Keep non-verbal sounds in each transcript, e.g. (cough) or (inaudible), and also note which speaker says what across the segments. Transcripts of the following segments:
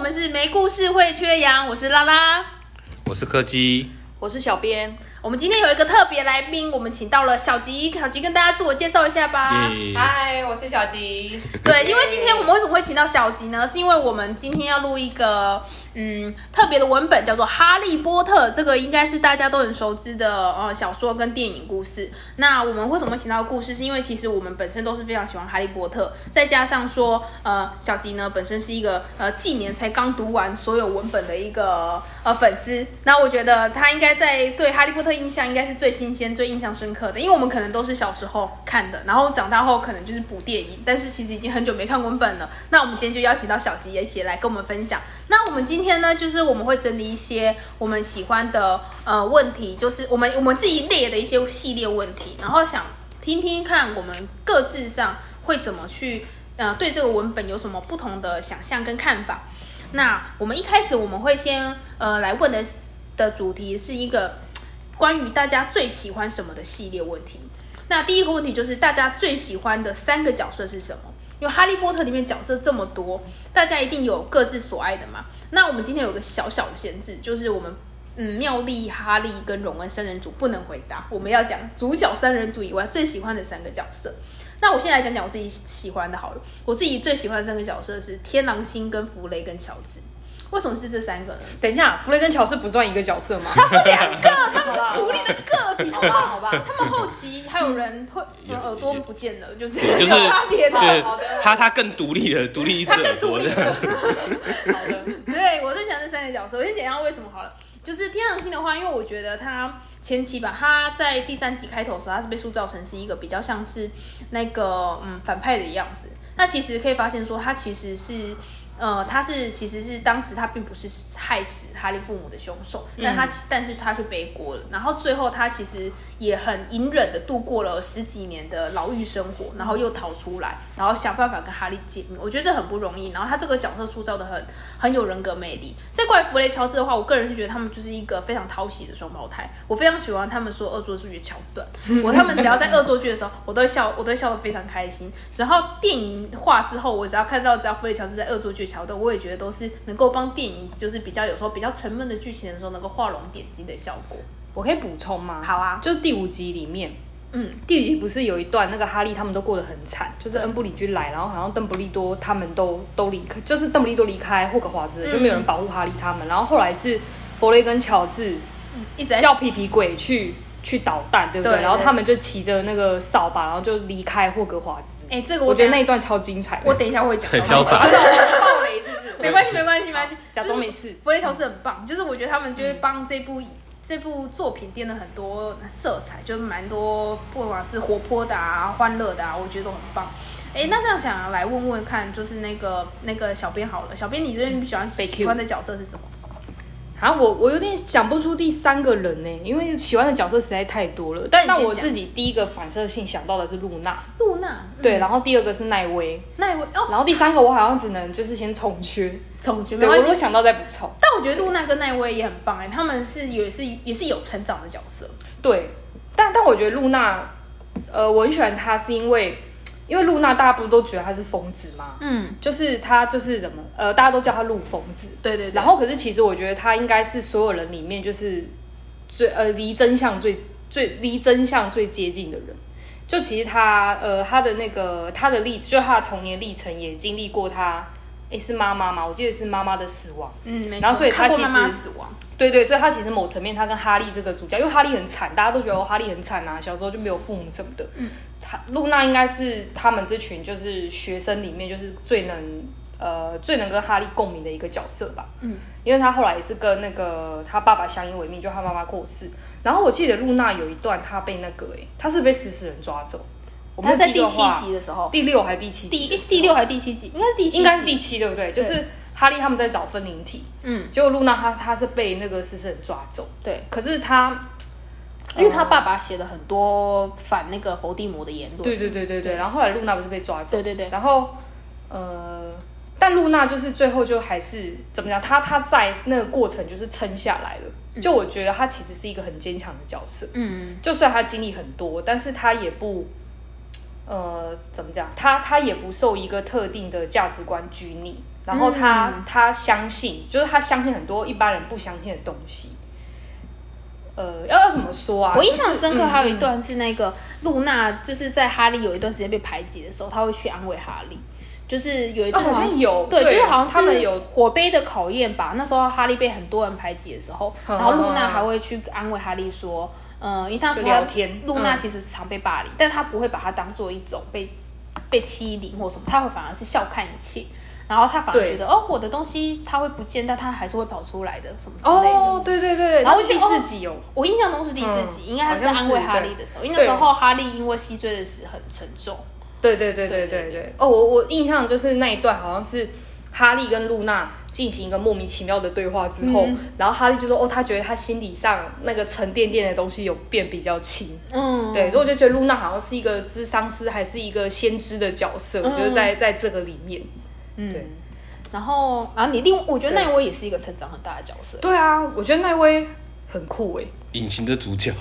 Speaker 1: 们是没故事会缺氧，我是拉拉，
Speaker 2: 我是柯基，
Speaker 3: 我是小编，
Speaker 1: 我们今天有一个特别来宾，我们请到了小吉，小吉跟大家自我介绍一下吧。
Speaker 2: 耶
Speaker 1: 啊
Speaker 3: 嗨，我是小吉。
Speaker 1: 对，因为今天我们为什么会请到小吉呢？是因为我们今天要录一个嗯特别的文本，叫做《哈利波特》，这个应该是大家都很熟知的呃小说跟电影故事。那我们为什么请到故事？是因为其实我们本身都是非常喜欢哈利波特，再加上说呃小吉呢本身是一个呃近年才刚读完所有文本的一个呃粉丝，那我觉得他应该在对哈利波特印象应该是最新鲜、最印象深刻的，因为我们可能都是小时候看的，然后长大后可能就是补电影，但是其实已经很久没看文本了。那我们今天就邀请到小吉也一起来跟我们分享。那我们今天呢，就是我们会整理一些我们喜欢的呃问题，就是我们我们自己列的一些系列问题，然后想听听看我们各自上会怎么去呃对这个文本有什么不同的想象跟看法。那我们一开始我们会先呃来问的的主题是一个关于大家最喜欢什么的系列问题。那第一个问题就是大家最喜欢的三个角色是什么？因为《哈利波特》里面角色这么多，大家一定有各自所爱的嘛。那我们今天有个小小的限制，就是我们嗯妙丽、哈利跟荣恩三人组不能回答，我们要讲主角三人组以外最喜欢的三个角色。那我先来讲讲我自己喜欢的好了。我自己最喜欢的三个角色是天狼星、跟弗雷、跟乔治。为什么是这三个呢？
Speaker 3: (laughs) 等一下，弗雷跟乔治不算一个角色吗？
Speaker 1: 他是两个，他们是独立的个体，好不好？好吧，他们后期还有人会
Speaker 2: 也
Speaker 1: 耳朵不见了，就是
Speaker 2: 就是
Speaker 1: (laughs) 有差别的
Speaker 2: 就。是
Speaker 3: 好的
Speaker 2: 他他更独立
Speaker 1: (laughs)
Speaker 2: 的独立一只
Speaker 1: 他
Speaker 2: 耳
Speaker 1: 更独
Speaker 2: 朵
Speaker 1: 立
Speaker 2: 的，
Speaker 1: 了。
Speaker 3: (laughs) 好的，
Speaker 1: 对我最喜欢这三个角色，我先讲一下为什么好了。就是天狼星的话，因为我觉得他前期吧，他在第三集开头的时候，他是被塑造成是一个比较像是那个嗯反派的样子。那其实可以发现说，他其实是呃，他是其实是当时他并不是害死哈利父母的凶手，但他、但是他却背锅了。然后最后他其实也很隐忍的度过了十几年的牢狱生活，然后又逃出来，然后想办法跟哈利见面。我觉得这很不容易。然后他这个角色塑造的很很有人格魅力。在怪弗雷乔治的话，我个人是觉得他们就是一个非常讨喜的双胞胎。我非常喜欢他们说恶作剧的桥段。我他们只要在恶作剧的时候，我都会笑，我都会笑得非常开心。然后电影化之后，我只要看到只要弗雷乔治在恶作剧桥段，我也觉得都是能够帮电影就是比较有时候比较沉闷的剧情的时候能够画龙点睛的效果。
Speaker 3: 我可以补充吗？
Speaker 1: 好啊
Speaker 3: 就是第五集里面，
Speaker 1: 嗯，
Speaker 3: 第五集不是有一段那个哈利他们都过得很惨，就是恩布里居来，然后好像邓布利多他们都都离开，就是邓布利多离开霍格华兹了，就没有人保护哈利他们。然后后来是弗雷跟乔治
Speaker 1: 一直在
Speaker 3: 叫皮皮鬼去去捣蛋，对不对？
Speaker 1: 对
Speaker 3: 然后
Speaker 1: 对
Speaker 3: 他们就骑着那个扫把，然后就离开霍格华兹。
Speaker 1: 哎、这个
Speaker 3: 我觉得那
Speaker 1: 等
Speaker 3: 一段超精彩的，
Speaker 1: 我等一下会讲到，
Speaker 2: 很潇洒
Speaker 1: 我知道
Speaker 3: 爆雷是不是？
Speaker 1: (laughs) 没关系，没关系，没嗯关系，
Speaker 3: 假装没事。
Speaker 1: 弗雷乔治很棒，就是我觉得他们就会帮这部、这部作品添了很多色彩，就蛮多，不管是活泼的啊、欢乐的啊，我觉得都很棒。哎，那这样想来问问看，就是那个那个小编好了，小编你这边喜欢
Speaker 3: 被 cue
Speaker 1: 喜欢的角色是什么？
Speaker 3: 啊，我我有点想不出第三个人呢、因为喜欢的角色实在太多了。但
Speaker 1: 那你先
Speaker 3: 我
Speaker 1: 讲
Speaker 3: 自己第一个反射性想到的是露娜，
Speaker 1: 露娜，嗯
Speaker 3: 对，，然后第二个是奈威，
Speaker 1: 那我哦，
Speaker 3: 然后第三个我好像只能就是先重缺，
Speaker 1: 总觉
Speaker 3: 对
Speaker 1: 没
Speaker 3: 我
Speaker 1: 关
Speaker 3: 如果
Speaker 1: 系。
Speaker 3: 想到再补充。
Speaker 1: 但我觉得露娜跟奈威也很棒哎、他们是也是也是有成长的角色，
Speaker 3: 对，但但我觉得露娜，呃，我很喜欢她是因为，因为露娜大家不都觉得她是疯子吗？
Speaker 1: 嗯，
Speaker 3: 就是她就是怎么，呃，大家都叫她露疯子，
Speaker 1: 对对对，
Speaker 3: 然后可是其实我觉得他应该是所有人里面就是最呃离真相最最离真相最接近的人。就其实他呃他的那个他的历就他的童年历程也经历过他诶是妈妈嘛，我记得是妈妈的死亡。
Speaker 1: 嗯，没错，
Speaker 3: 然后所以他
Speaker 1: 看过
Speaker 3: 其
Speaker 1: 妈
Speaker 3: 实
Speaker 1: 妈死亡，
Speaker 3: 对对，所以他其实某层面，他跟哈利这个主角，因为哈利很惨，大家都觉得哦哈利很惨啊，小时候就没有父母什么的。嗯，他露娜应该是他们这群就是学生里面就是最能呃最能跟哈利共鸣的一个角色吧。
Speaker 1: 嗯，
Speaker 3: 因为他后来也是跟那个他爸爸相依为命，就他妈妈过世。然后我记得露娜有一段她被那个诶、欸她是被食死人抓走。我没
Speaker 1: 他
Speaker 3: 有
Speaker 1: 在
Speaker 3: 记
Speaker 1: 第
Speaker 3: 错的
Speaker 1: 七
Speaker 3: 话
Speaker 1: 集的时候，
Speaker 3: 第六还是第七
Speaker 1: 第
Speaker 3: 集
Speaker 1: 一
Speaker 3: 的时候？
Speaker 1: 第六还是第七集？应该是第七，
Speaker 3: 应该是第，七对不对？就
Speaker 1: 对
Speaker 3: 是哈利他们在找分灵体，
Speaker 1: 嗯，
Speaker 3: 结果露娜她她是被那个食死人抓走。
Speaker 1: 对。
Speaker 3: 可是他，
Speaker 1: 因为他爸爸写了很多反那个伏地魔的言论。
Speaker 3: 对对对对对，然后后来露娜不是被抓走，
Speaker 1: 对对对
Speaker 3: 然后呃，但露娜就是最后就还是怎么讲，她她在那个过程就是撑下来了，就我觉得她其实是一个很坚强的角色，
Speaker 1: 嗯嗯，
Speaker 3: 就算她经历很多，但是她也不。呃，怎么讲？他他也不受一个特定的价值观拘泥，然后他、
Speaker 1: 嗯
Speaker 3: 他相信，就是他相信很多一般人不相信的东西。呃，要要怎么说啊？
Speaker 1: 我印象
Speaker 3: 就是
Speaker 1: 深刻
Speaker 3: 嗯
Speaker 1: 还有一段是那个露娜，就是在哈利有一段时间被排挤的时候，他会去安慰哈利。就是有一次
Speaker 3: 哦好像
Speaker 1: 是
Speaker 3: 有
Speaker 1: 对，
Speaker 3: 对
Speaker 1: 就是好像是
Speaker 3: 他们有
Speaker 1: 火杯的考验吧。那时候哈利被很多人排挤的时候，
Speaker 3: 嗯
Speaker 1: 然后露娜还会去安慰哈利说，嗯，因为他说
Speaker 3: 就聊天
Speaker 1: 露娜
Speaker 3: 嗯
Speaker 1: 其实是常被霸凌，但他不会把它当做一种被被欺凌或什么，他会反而是笑看一切。然后他反而
Speaker 3: 对
Speaker 1: 觉得哦，我的东西它会不见，但它还是会跑出来的什么之类的。
Speaker 3: 哦，对对对，
Speaker 1: 然后
Speaker 3: 那是
Speaker 1: 就
Speaker 3: 第
Speaker 1: 觉得
Speaker 3: 四
Speaker 1: 哦
Speaker 3: 集哦，
Speaker 1: 我印象中是第四集，
Speaker 3: 嗯
Speaker 1: 应该他是在安慰哈利的时候，因为那时候哈利因为吸醉的死很沉重。
Speaker 3: 对对对
Speaker 1: 对
Speaker 3: 对
Speaker 1: 对
Speaker 3: 对对。哦，我我印象就是那一段好像是哈利跟露娜进行一个莫名其妙的对话之后，然后哈利就说：“哦，他觉得他心理上那个沉甸甸的东西有变比较轻。”
Speaker 1: 嗯，
Speaker 3: 对，所以我就觉得露娜好像是一个智商师，还是一个先知的角色，
Speaker 1: 嗯
Speaker 3: 就是在在这个里面。
Speaker 1: 嗯
Speaker 3: 对。
Speaker 1: 然后，然后你另，我觉得
Speaker 3: 对
Speaker 1: 奈威也是一个成长很大的角色。
Speaker 3: 对啊，我觉得那位很酷哎、
Speaker 2: 隐形的
Speaker 1: (laughs)
Speaker 2: 主角，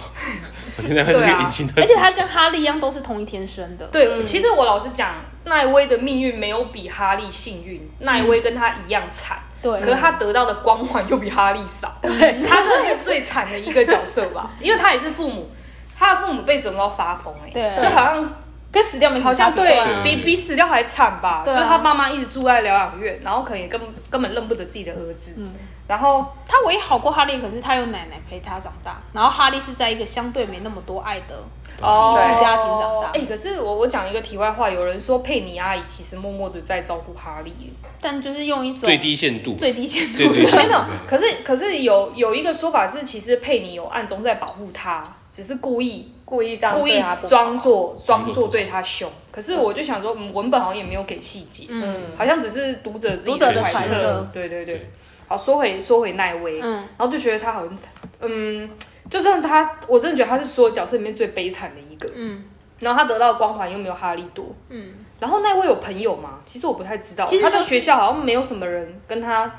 Speaker 2: 我现在还是
Speaker 3: 对
Speaker 2: 个
Speaker 3: 啊
Speaker 2: 隐形的主角，
Speaker 1: 而且他跟哈利一样都是同一天生的。
Speaker 3: 对，其实我老实讲，奈威的命运没有比哈利幸运，奈威跟他一样惨。
Speaker 1: 对
Speaker 3: 可是他得到的光环又比哈利少，对他真的是最惨的一个角色
Speaker 1: (laughs)
Speaker 3: 吧，因为他也是父母，他的父母被整到发疯哎、
Speaker 1: 对
Speaker 3: 就好像
Speaker 1: 跟死掉没什
Speaker 3: 好
Speaker 1: 么差
Speaker 3: 像
Speaker 1: 别。
Speaker 3: 对
Speaker 2: 对
Speaker 3: 比比死掉还惨吧，
Speaker 1: 对啊
Speaker 3: 就是他妈妈一直住在疗养院，然后可能也根本根本认不得自己的儿子，
Speaker 1: 嗯
Speaker 3: 然后
Speaker 1: 他唯一好过哈利，可是他有奶奶陪他长大，然后哈利是在一个相对没那么多爱的寄宿家庭长大
Speaker 3: 哦哎、。可是我我讲一个题外话，有人说佩妮阿姨其实默默的在照顾哈利耶，
Speaker 1: (laughs) 但就是用一种
Speaker 2: 最低限度，
Speaker 1: 最低限
Speaker 2: 最
Speaker 1: 度
Speaker 2: 低限
Speaker 1: 的
Speaker 2: (laughs) 度
Speaker 3: 没有，可是可是有有一个说法是，其实佩妮有暗中在保护他，只是故意
Speaker 1: 故意这样
Speaker 3: 故
Speaker 1: 对
Speaker 3: 意
Speaker 1: 他不好
Speaker 3: 装作
Speaker 2: 装作
Speaker 3: 装
Speaker 2: 不
Speaker 3: 作
Speaker 2: 好
Speaker 3: 对他凶。可是我就想说，嗯文本好像也没有给细节，
Speaker 1: 嗯，
Speaker 3: 好像只是读者自己
Speaker 1: 读者的
Speaker 3: 揣
Speaker 2: 揣
Speaker 1: 测
Speaker 3: 对对对
Speaker 2: 对。
Speaker 3: 好，说回说回奈威，
Speaker 1: 嗯
Speaker 3: 然后就觉得他好像，嗯，就真的他，我真的觉得他是所有角色里面最悲惨的一个。
Speaker 1: 嗯
Speaker 3: 然后他得到的光环又没有哈利多，
Speaker 1: 嗯。
Speaker 3: 然后奈威有朋友吗？其实我不太知道，
Speaker 1: 其实
Speaker 3: 他
Speaker 1: 就
Speaker 3: 在
Speaker 1: 是
Speaker 3: 学校好像没有什么人跟他，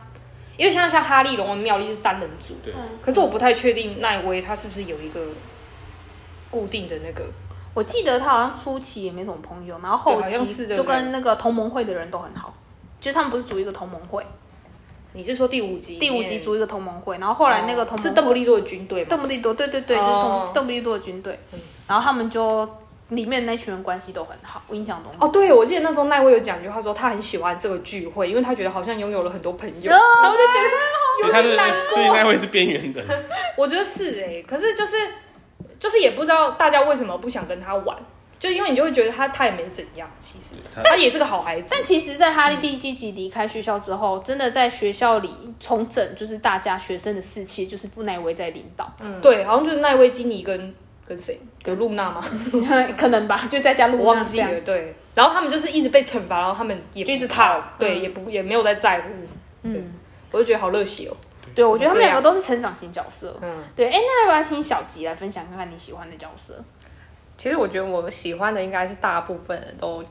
Speaker 3: 因为像像哈利、龙文、妙丽是三人组，
Speaker 2: 对嗯
Speaker 3: 可是我不太确定奈威他是不是有一个固定的那个，
Speaker 1: 我记得他好像初期也没什么朋友，然后后
Speaker 3: 对好像是
Speaker 1: 期
Speaker 3: 对不对
Speaker 1: 就跟那个同盟会的人都很好，就是他们不是组一个同盟会，
Speaker 3: 你是说第五集里
Speaker 1: 第
Speaker 3: 面？哦
Speaker 1: 五集组一个同盟会，然后后来那个同盟会
Speaker 3: 是邓布利多的军队吗？
Speaker 1: 邓布利多，对对对，就是
Speaker 3: 哦嗯
Speaker 1: 邓邓布利多的军队，然后他们就里面那群人关系都很好，我印象中。
Speaker 3: 哦，对，我记得那时候奈威有讲一句话说他很喜欢这个聚会，因为他觉得好像拥有了很多朋友，然后就觉得
Speaker 2: 所以他是，所以那位是边缘人，
Speaker 3: 我觉得是哎、可是就是就是也不知道大家为什么不想跟他玩，就因为你就会觉得他他也没怎样，其实
Speaker 2: 他
Speaker 3: 他也是个好孩子
Speaker 1: 但。其实，在哈利第七集离开学校之后，真的在学校里重整，就是大家学生的士气，就是布奈威在领导，
Speaker 3: 嗯对，好像就是那位经理跟跟谁，跟露娜吗？
Speaker 1: (laughs) 可能吧，就在家录
Speaker 3: 嗯我忘记了。对，然后他们就是一直被惩罚，然后他们也
Speaker 1: 就一直
Speaker 3: 怕
Speaker 1: 逃
Speaker 3: 对，
Speaker 1: 嗯
Speaker 3: 也不也没有在在乎。嗯，我就觉得好热血哦。
Speaker 1: 对，我觉得他们
Speaker 3: 怎么这
Speaker 1: 两
Speaker 3: 样
Speaker 1: 个都是成长型角色。
Speaker 3: 嗯，
Speaker 1: 对，哎、那要不要听小吉来分享看看你喜欢的角色？
Speaker 4: 其实我觉得我喜欢的应该是大部分人都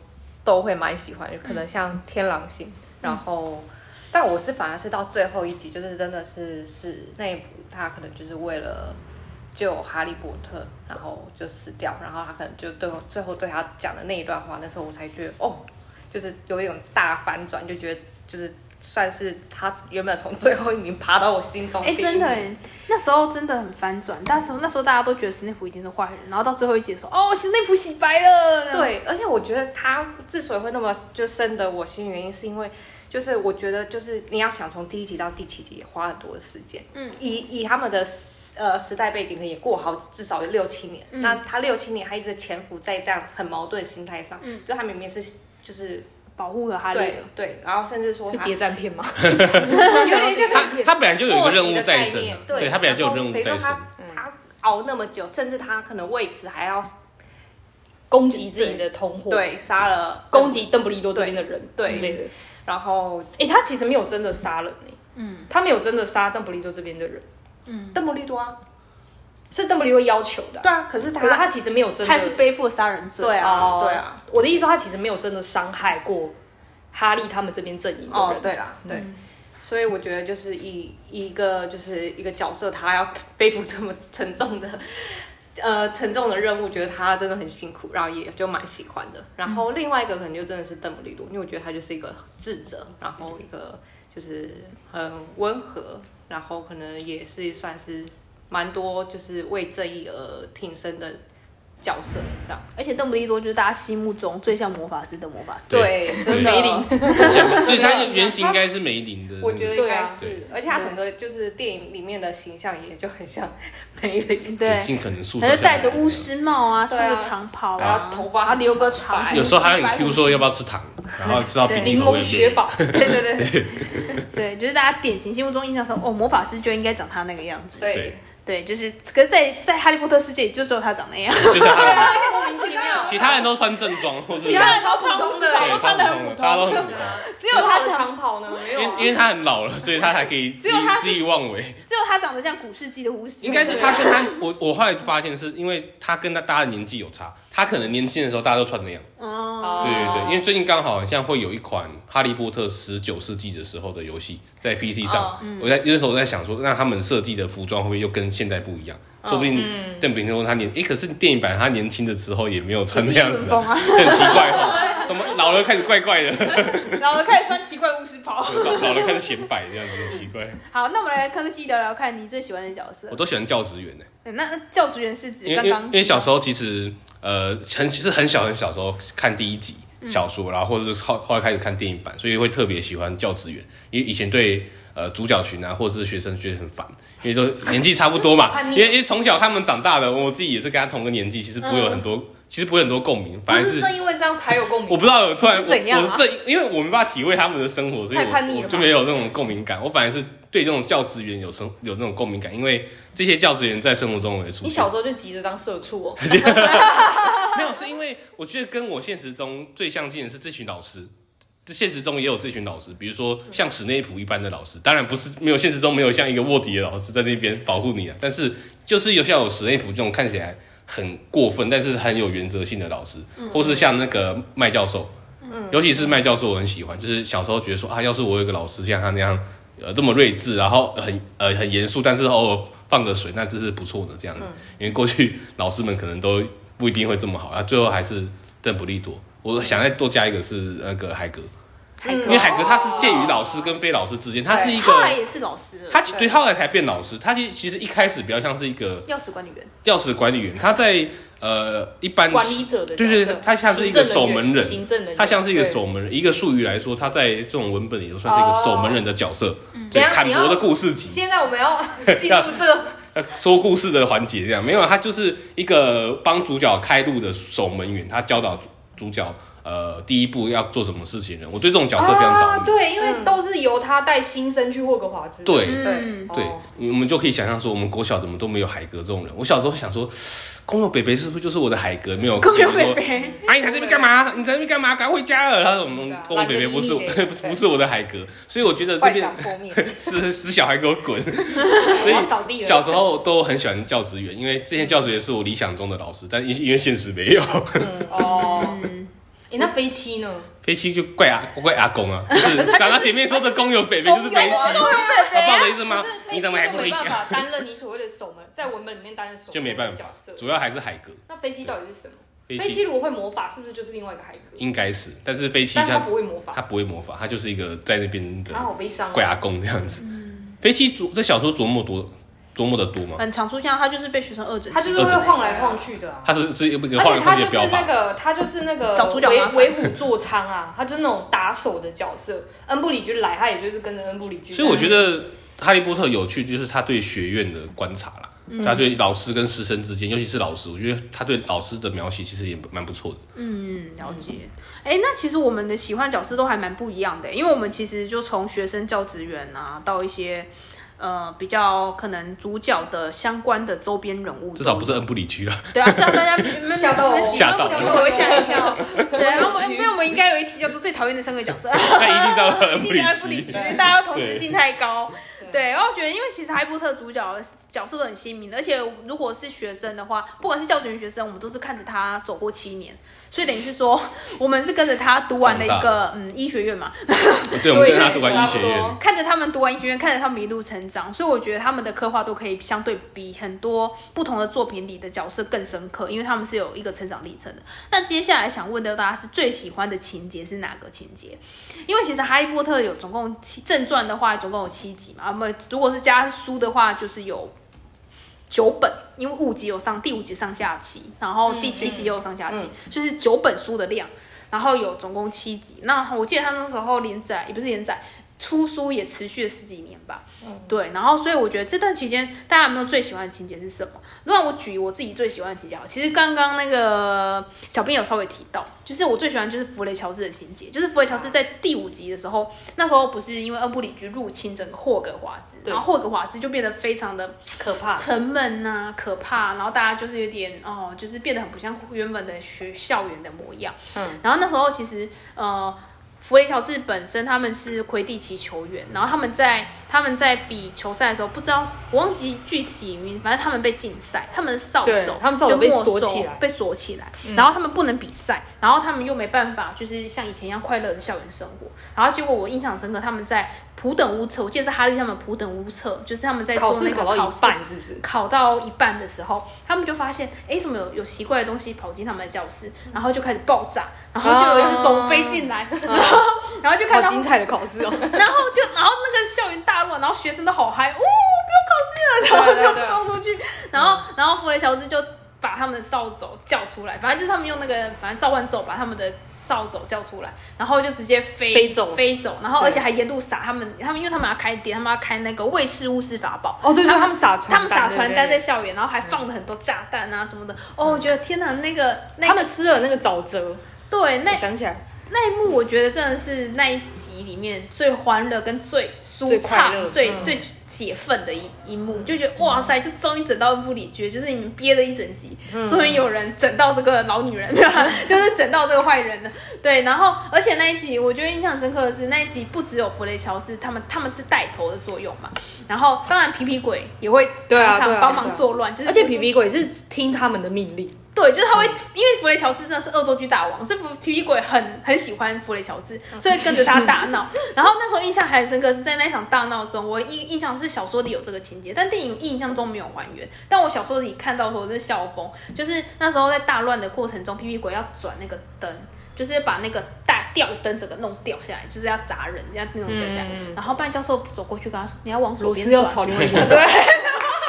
Speaker 4: 都会蛮喜欢，可
Speaker 3: 嗯
Speaker 4: 能像天狼星，然后但我是反而是到最后一集，就是真的是是那一部他可能就是为了救哈利波特，然后就死掉，然后他可能就最后最后对他讲的那一段话，那时候我才觉得哦，就是有一种大反转，就觉得就是算是他原本从最后已经爬到我心中
Speaker 1: 哎、
Speaker 4: 第一
Speaker 1: 真的
Speaker 4: 名
Speaker 1: 哎，那时候真的很翻转。那时候那时候大家都觉得史内普一定是坏人，然后到最后一集的时候，哦，史内普洗白了。，
Speaker 4: 对，而且我觉得他之所以会那么就深得我心，原因是因为就是我觉得就是你要想从第一集到第七集也花了多的时间，
Speaker 1: 嗯，
Speaker 4: 以以他们的时呃时代背景，可能也过好至少有六七年，那他六七年还一直潜伏在这样很矛盾的心态上，
Speaker 1: 嗯
Speaker 4: 就他明明是就是
Speaker 1: 保护了哈利
Speaker 4: 对
Speaker 1: 的。
Speaker 4: 对，然后甚至说
Speaker 3: 是
Speaker 4: 他
Speaker 3: 谍战片
Speaker 4: (laughs)
Speaker 3: 吗？
Speaker 2: 他他本来就有一个任务在
Speaker 4: 莫
Speaker 2: 身
Speaker 4: 名的概念，
Speaker 2: 对
Speaker 4: 对
Speaker 2: 他本来就有任务
Speaker 4: 然
Speaker 2: 在
Speaker 4: 后等于说
Speaker 2: 身嗯
Speaker 4: 他，他熬那么久，甚至他可能为此还要
Speaker 3: (laughs) 攻击自己的同伙，，
Speaker 4: 对杀了
Speaker 3: 攻，击邓布利多这边的人
Speaker 4: 对
Speaker 3: 之类的。
Speaker 4: 然后
Speaker 3: 哎，他其实没有真的杀人哎，
Speaker 1: 嗯
Speaker 3: 他没有真的杀邓布利多这边的人，
Speaker 4: 邓布利多啊，
Speaker 3: 是邓布利多要求
Speaker 2: 嗯
Speaker 3: 的啊。
Speaker 4: 对啊，可是
Speaker 3: 可是他其实没有真的
Speaker 1: 他也是背负了杀人罪。
Speaker 4: 对啊，
Speaker 3: 哦
Speaker 4: 对啊，
Speaker 3: 我的意思说，他其实没有真的伤害过哈利他们这边阵营的人。
Speaker 4: 哦，对啦，对。所以我觉得，就是以以一个就是一个角色，他要背负这么沉重的 (laughs) 呃沉重的任务，觉得他真的很辛苦，然后也就蛮喜欢的。然后另外一个可能就真的是邓布利多，因为我觉得他就是一个智者，然后一个就是很温和，然后可能也是算是蛮多就是为正义而挺身的角色这样。
Speaker 1: 而且邓布利多就是大家心目中最像魔法师的魔法师。
Speaker 2: 对对
Speaker 4: 对，真的。
Speaker 2: 梅林
Speaker 1: (laughs)
Speaker 2: 像对他原型应该是梅林的那个，
Speaker 4: 我觉得应
Speaker 3: 对
Speaker 4: 该
Speaker 3: 啊
Speaker 4: 是，而且他整个就是电影里面的形象也就很像梅林，
Speaker 1: 对，
Speaker 2: 尽可能塑造
Speaker 1: 还
Speaker 2: 下
Speaker 1: 是
Speaker 2: 来。
Speaker 1: 戴着巫师帽啊，
Speaker 4: 对
Speaker 1: 穿
Speaker 4: 啊
Speaker 1: 着长袍
Speaker 4: 然后头发
Speaker 1: 然后留个长
Speaker 4: 白
Speaker 1: 胡须
Speaker 2: 有时候还很 Q 说要不
Speaker 1: 要？
Speaker 2: 要吃糖，然后
Speaker 1: (laughs)
Speaker 2: 吃到鼻涕
Speaker 3: 玲
Speaker 2: 头
Speaker 3: 珑
Speaker 2: 会
Speaker 3: 雪
Speaker 2: 裂。
Speaker 3: 宝，
Speaker 4: 对对对
Speaker 1: 对，就是大家典型心目中印象说，哦，魔法师就应该长他那个样子。
Speaker 4: 对 (laughs)
Speaker 1: 对，
Speaker 2: 对，
Speaker 1: 就是，可是在在哈利波特世界，就只有他长那
Speaker 4: (laughs)
Speaker 1: 样，
Speaker 2: 就
Speaker 1: (laughs)
Speaker 2: 像他们
Speaker 4: 莫名其妙。
Speaker 2: 其他人都穿正装，或是
Speaker 1: 其他人都穿
Speaker 4: 普
Speaker 1: 红
Speaker 4: 通
Speaker 1: 色，
Speaker 4: 的
Speaker 2: 对
Speaker 1: 都穿的
Speaker 2: 超
Speaker 1: 很
Speaker 2: 普
Speaker 1: 普
Speaker 2: 通的大家都
Speaker 1: 通，
Speaker 2: 很
Speaker 1: (laughs)
Speaker 2: 普通。
Speaker 1: 只有他长，
Speaker 3: 长袍呢？没
Speaker 2: 因
Speaker 3: 有
Speaker 2: 为
Speaker 3: 啊
Speaker 2: 因为他很老了，所以他才可以恣
Speaker 1: (laughs) 只有他是
Speaker 2: 恣意妄为。
Speaker 1: 只有他长得像古世纪的巫师。
Speaker 2: 应该是他跟他， (laughs) 我我后来发现是因为他跟他大家的年纪有差，他可能年轻的时候大家都穿那样。
Speaker 1: 哦，
Speaker 2: 对对对，因为最近刚好好像会有一款《哈利波特》十九世纪的时候的游戏在 PC
Speaker 1: 哦
Speaker 2: 上，
Speaker 1: 嗯
Speaker 2: 我在有的时候在想说，那他们设计的服装会不会又跟现在不一样？
Speaker 1: 哦
Speaker 2: 说不定
Speaker 1: 嗯
Speaker 2: 邓炳坤他年，诶，可是电影版他年轻的时候也没有穿
Speaker 1: 也
Speaker 2: 那
Speaker 1: 是
Speaker 2: 样
Speaker 1: 英
Speaker 2: 子
Speaker 1: 伦
Speaker 2: 的，
Speaker 1: 风啊，
Speaker 2: (laughs) 很奇
Speaker 1: (laughs)
Speaker 2: 怪哦，怎么老了开始怪怪的，
Speaker 1: 然后开始穿奇怪巫师袍。
Speaker 2: 老老了开始显摆这样子，很奇怪。
Speaker 1: 好，那我们来科技聊聊看你最喜欢的角色
Speaker 2: 我。都喜欢教职员呢、欸
Speaker 1: 嗯那那教职员是指
Speaker 2: 因为
Speaker 1: 刚
Speaker 2: 因为
Speaker 1: 刚
Speaker 2: 因为小时候其实呃很是很小很小时候看第一集小说，然后或者是后后来开始看电影版，所以会特别喜欢教职员，因为以前对。呃，主角群啊，或者是学生觉得很烦，因为都年纪差不多嘛，因为因为从小他们长大了，我自己也是跟他同个年纪，其实不会有很多，其实不会有很多共鸣，
Speaker 3: 不
Speaker 2: 反而
Speaker 3: 是正因为这样才有共
Speaker 2: 我
Speaker 3: 鸣。
Speaker 2: 不知道有突然我
Speaker 1: 怎样啊
Speaker 2: 我这因为我没办法体会他们的生活，所以
Speaker 3: 太叛逆了
Speaker 2: 我
Speaker 3: 吧
Speaker 2: 我就没有那种共鸣感。我反而是对这种教职员有生有那种共鸣感，因为这些教职员在生活中也出现。
Speaker 3: 你小时候就急着当社畜哦，
Speaker 2: (laughs) 没有，是因为我觉得跟我现实中最相近的是这群老师。这现实中也有这群老师，比如说像史内普一般的老师，当然不是没有现实中没有像一个卧底的老师在那边保护你啊，但是就是有像有史内普这种看起来很过分，但是很有原则性的老师，或是像那个麦教授，尤其是麦教授我很喜欢，就是小时候觉得说啊，要是我有一个老师像他那样，呃，这么睿智，然后很呃很严肃，但是偶尔放个水，那这是不错的这样子，因为过去老师们可能都不一定会这么好，啊，最后还是邓布利多。我想再多加一个是那个海格，
Speaker 3: 哦
Speaker 1: 海
Speaker 2: 因
Speaker 1: 格
Speaker 2: 为海格他是介于老师跟非老师之间，他是一
Speaker 1: 哦后来
Speaker 2: 个
Speaker 1: 也是老师了，
Speaker 2: 他所以后来才变老师，他其实其实一开始比较像是一个
Speaker 1: 钥匙管理员。
Speaker 2: 钥匙管理员，他在呃一般
Speaker 3: 管理者的角色，
Speaker 2: 对对他像是一个
Speaker 3: 行政
Speaker 2: 守门人
Speaker 3: 行政人员，
Speaker 2: 他像是一个
Speaker 3: 对哦
Speaker 2: 守门人，一个术语来说，他在这种文本里头算是一个守门人的角色，对
Speaker 3: 嗯
Speaker 4: 怎样
Speaker 2: 坎
Speaker 4: 你
Speaker 2: 伯的
Speaker 4: 要
Speaker 2: 故事集，
Speaker 4: 现在我
Speaker 3: (laughs)
Speaker 4: 们要进入这个
Speaker 2: 呃说故事的环节这样，没有，他就是一个帮主角开路的守门员，他教导主主角呃第一步要做什么事情的人。我对这种角色非常着
Speaker 3: 啊，
Speaker 2: 迷。
Speaker 3: 对，因为都是由他带新生去霍格华兹，
Speaker 2: 对
Speaker 1: 嗯，
Speaker 2: 对
Speaker 3: 哦，
Speaker 2: 我们就可以想象说，我们国小怎么都没有海格这种人。我小时候想说，公有北北是不是就是我的海格？没有，
Speaker 1: 公有
Speaker 2: 比如说
Speaker 1: 北北，
Speaker 2: 阿姨，你在那边干嘛？你在那边干嘛？赶快回家了！他说我们公公北北不是我 (laughs)
Speaker 3: 懒得理你
Speaker 2: 不是我的海格，所以我觉得那
Speaker 4: 幻
Speaker 2: 边
Speaker 4: 想
Speaker 2: (laughs)
Speaker 4: 破灭。
Speaker 2: 死死小孩给我滚！所
Speaker 3: 我要扫地
Speaker 2: 以
Speaker 3: 了
Speaker 2: 小时候都很喜欢教职员，因为这些教职员是我理想中的老师，但因因为现实没
Speaker 3: (laughs)
Speaker 2: 有。
Speaker 3: 哦，哎，那飞七呢？
Speaker 2: 飞机就怪阿怪阿公
Speaker 3: (laughs)
Speaker 2: 啊，就是
Speaker 3: 可是他就是
Speaker 2: 刚刚前面说的公有北北就是飞机，
Speaker 3: 啊
Speaker 2: 他抱着一只猫，你怎么还不回
Speaker 3: 没办
Speaker 2: 家？
Speaker 3: 法
Speaker 2: (laughs)
Speaker 3: 担任你所谓的守门，在文本里面担任守门
Speaker 2: 就没办
Speaker 3: 角
Speaker 2: 法
Speaker 3: 色，。
Speaker 2: 主要还是海格，
Speaker 3: 那飞机到底是什么？
Speaker 2: 飞
Speaker 3: 飞
Speaker 2: 机
Speaker 3: 机如果会魔法，是不是就是另外一个海格？
Speaker 2: 应该是，但是飞机
Speaker 3: 但是他
Speaker 2: 他
Speaker 3: 不会魔法，
Speaker 2: 他不会魔法，他就是一个在那边的
Speaker 3: 他好悲伤哦。
Speaker 2: 怪阿公这样子。
Speaker 3: 嗯
Speaker 2: 飞机琢这小说琢磨多琢磨的多吗？
Speaker 1: 很常出现，他就是被学生恶整，
Speaker 3: 他就是会晃来晃去的啊。
Speaker 2: 他是是一个
Speaker 3: 而
Speaker 2: 画
Speaker 3: 且
Speaker 2: 人
Speaker 3: 他
Speaker 2: 空间
Speaker 3: 就
Speaker 2: 标
Speaker 3: 是那
Speaker 2: 靶，
Speaker 3: 个，他就是那个
Speaker 1: 找主角
Speaker 3: 为
Speaker 1: 麻烦
Speaker 3: 为虎作伥啊，他就是那种打手的角色。恩布里居来，他也就是跟着恩布里居。
Speaker 2: 所以我觉得《哈利波特》有趣，就是他对学院的观察啦，
Speaker 1: 嗯
Speaker 2: 他对老师跟师生之间，尤其是老师，我觉得他对老师的描写其实也蛮不错的。
Speaker 1: 嗯，了解。哎、那其实我们的喜欢角色都还蛮不一样的，因为我们其实就从学生教职员啊，到一些呃比较可能主角的相关的周边人物，
Speaker 2: 至少不是恩不里
Speaker 1: (laughs)
Speaker 2: 区啊，
Speaker 1: 对啊，这样大家没没
Speaker 3: 吓到我
Speaker 2: 吓到
Speaker 1: 我，会吓一跳。 (laughs) 对，然后我们因为我们应该有一题叫做最讨厌的三个
Speaker 2: (laughs)
Speaker 1: 角色，
Speaker 2: 那一定到了恩
Speaker 1: (laughs) 一
Speaker 2: 不
Speaker 1: 定爱
Speaker 2: 里
Speaker 1: 不理
Speaker 2: 区
Speaker 1: 解，。大家同质性太高。对，然后我觉得，因为其实哈利波特主角角色都很鲜明，而且如果是学生的话，不管是教职员学生，我们都是看着他走过七年，所以等于是说， (laughs) 我们是跟着他读完了一
Speaker 2: 长大
Speaker 1: 个嗯医学院嘛，
Speaker 2: 对，我们跟他读完医学
Speaker 3: 差不
Speaker 2: 院
Speaker 3: 多，
Speaker 1: 哦看着他们读完医学院，看着他们一路成长，所以我觉得他们的刻画都可以相对比很多不同的作品里的角色更深刻，因为他们是有一个成长历程的。那接下来想问的大家是最喜欢的情节是哪个情节？因为其实《哈利波特》有总共七正传的话，总共有七集嘛，那么如果是加书的话，就是有九本，因为五集有上第五集上下集，然后第七集也有上下集，就是九本书的量。然后有总共七集，那我记得他那时候连载也不是连载，出书也持续了十几年吧。对，然后所以我觉得这段期间大家有没有最喜欢的情节是什么？如果我举我自己最喜欢的情节好了，其实刚刚那个小编有稍微提到，就是我最喜欢就是弗雷乔治的情节，就是弗雷乔治在第五集的时候，那时候不是因为恩布里居入侵整个霍格华兹，然后霍格华兹就变得非常的
Speaker 3: 可怕。
Speaker 1: 沉闷呐、可怕，然后大家就是有点哦，就是变得很不像原本的学校园的模样。嗯，然后那时候其实呃，弗雷乔治本身他们是魁地奇球员，然后他们在他们在比球赛的时候，不知道我忘记具体名，反正他们被禁赛，他们的扫
Speaker 3: 对
Speaker 1: 帚
Speaker 3: 他们扫帚
Speaker 1: 就
Speaker 3: 被
Speaker 1: 没
Speaker 3: 锁
Speaker 1: 收
Speaker 3: 起来嗯
Speaker 1: 被锁起来，然后他们不能比赛，然后他们又没办法就是像以前一样快乐的校园生活。然后结果我印象深刻，他们在普等屋侧，我记得是哈利他们普等屋侧，就是他们在
Speaker 3: 考
Speaker 1: 做
Speaker 3: 试
Speaker 1: 那个
Speaker 3: 考到一
Speaker 1: 试
Speaker 3: 半是不是？
Speaker 1: 考到一半的时候，他们就发现，哎，怎么有有奇怪的东西跑进他们的教室，然后就开始爆炸，然后就有一只龙飞进来，然后 (laughs) 然后就
Speaker 3: 好
Speaker 1: 看到，
Speaker 3: 精彩的考试哦！
Speaker 1: 然后就然后那个校园大乱，然后学生都好嗨，哦，不要考试了，然后
Speaker 4: 对对
Speaker 1: 就
Speaker 4: 对
Speaker 1: 冲出去，然后然后弗雷乔治就把他们的扫帚叫出来，反正就是他们用那个反正召唤咒把他们的。扫帚叫出来，然后就直接飞
Speaker 3: 飞走
Speaker 1: 飞走，然后
Speaker 3: 对
Speaker 1: 而且还沿路撒他们，他们因为他们要开店，他们要开那个卫士巫师法宝，
Speaker 3: 哦，对对，他们撒传
Speaker 1: 他
Speaker 3: 单，
Speaker 1: 们撒传单在
Speaker 3: 对对
Speaker 1: 校园，然后还放了很多炸弹啊什么的。哦，我觉得天哪，那个
Speaker 3: 对
Speaker 1: 那
Speaker 3: 他们撕了那个沼泽，
Speaker 1: 对那
Speaker 3: 我想起来，
Speaker 1: 那一幕，我觉得真的是那一集里面最欢乐跟最舒
Speaker 3: 最快乐
Speaker 1: 畅、最
Speaker 3: 嗯
Speaker 1: 最解愤的一一幕，就觉得哇塞，就终于整到布里居，就是你们憋了一整集，
Speaker 3: 嗯
Speaker 1: 终于有人整到这个老女人，啊
Speaker 3: (laughs)
Speaker 1: 就是整到这个坏人了。对，然后而且那一集我觉得印象深刻的是那一集不只有弗雷乔治他们他们是带头的作用嘛，然后当然皮皮鬼也会
Speaker 3: 对啊
Speaker 1: 常常
Speaker 3: 对啊
Speaker 1: 帮
Speaker 3: 对
Speaker 1: 忙
Speaker 3: 啊
Speaker 1: 作乱，就是
Speaker 3: 而且
Speaker 1: 就是
Speaker 3: 皮皮鬼是听他们的命令，
Speaker 1: 对，就是他
Speaker 3: 嗯
Speaker 1: 会，因为弗雷乔治真的是恶作剧大王，所以皮皮鬼很很喜欢弗雷乔治，
Speaker 3: 嗯
Speaker 1: 所以跟着他大闹。然后那时候印象还很深刻，是在那场大闹中，我印印象是小说里有这个情节，但电影印象中没有还原。但我小说里看到的时候，我真的笑疯。就是那时候在大乱的过程中，皮皮鬼要转那个灯，就是把那个大吊灯整个弄掉下来，就是要砸人，要那种掉下来。然后班教授走过去跟他说：“你要往左
Speaker 3: 嗯螺
Speaker 1: 边
Speaker 3: 丝
Speaker 1: 转。” (laughs)
Speaker 3: 要朝另外一边。
Speaker 1: 对，然后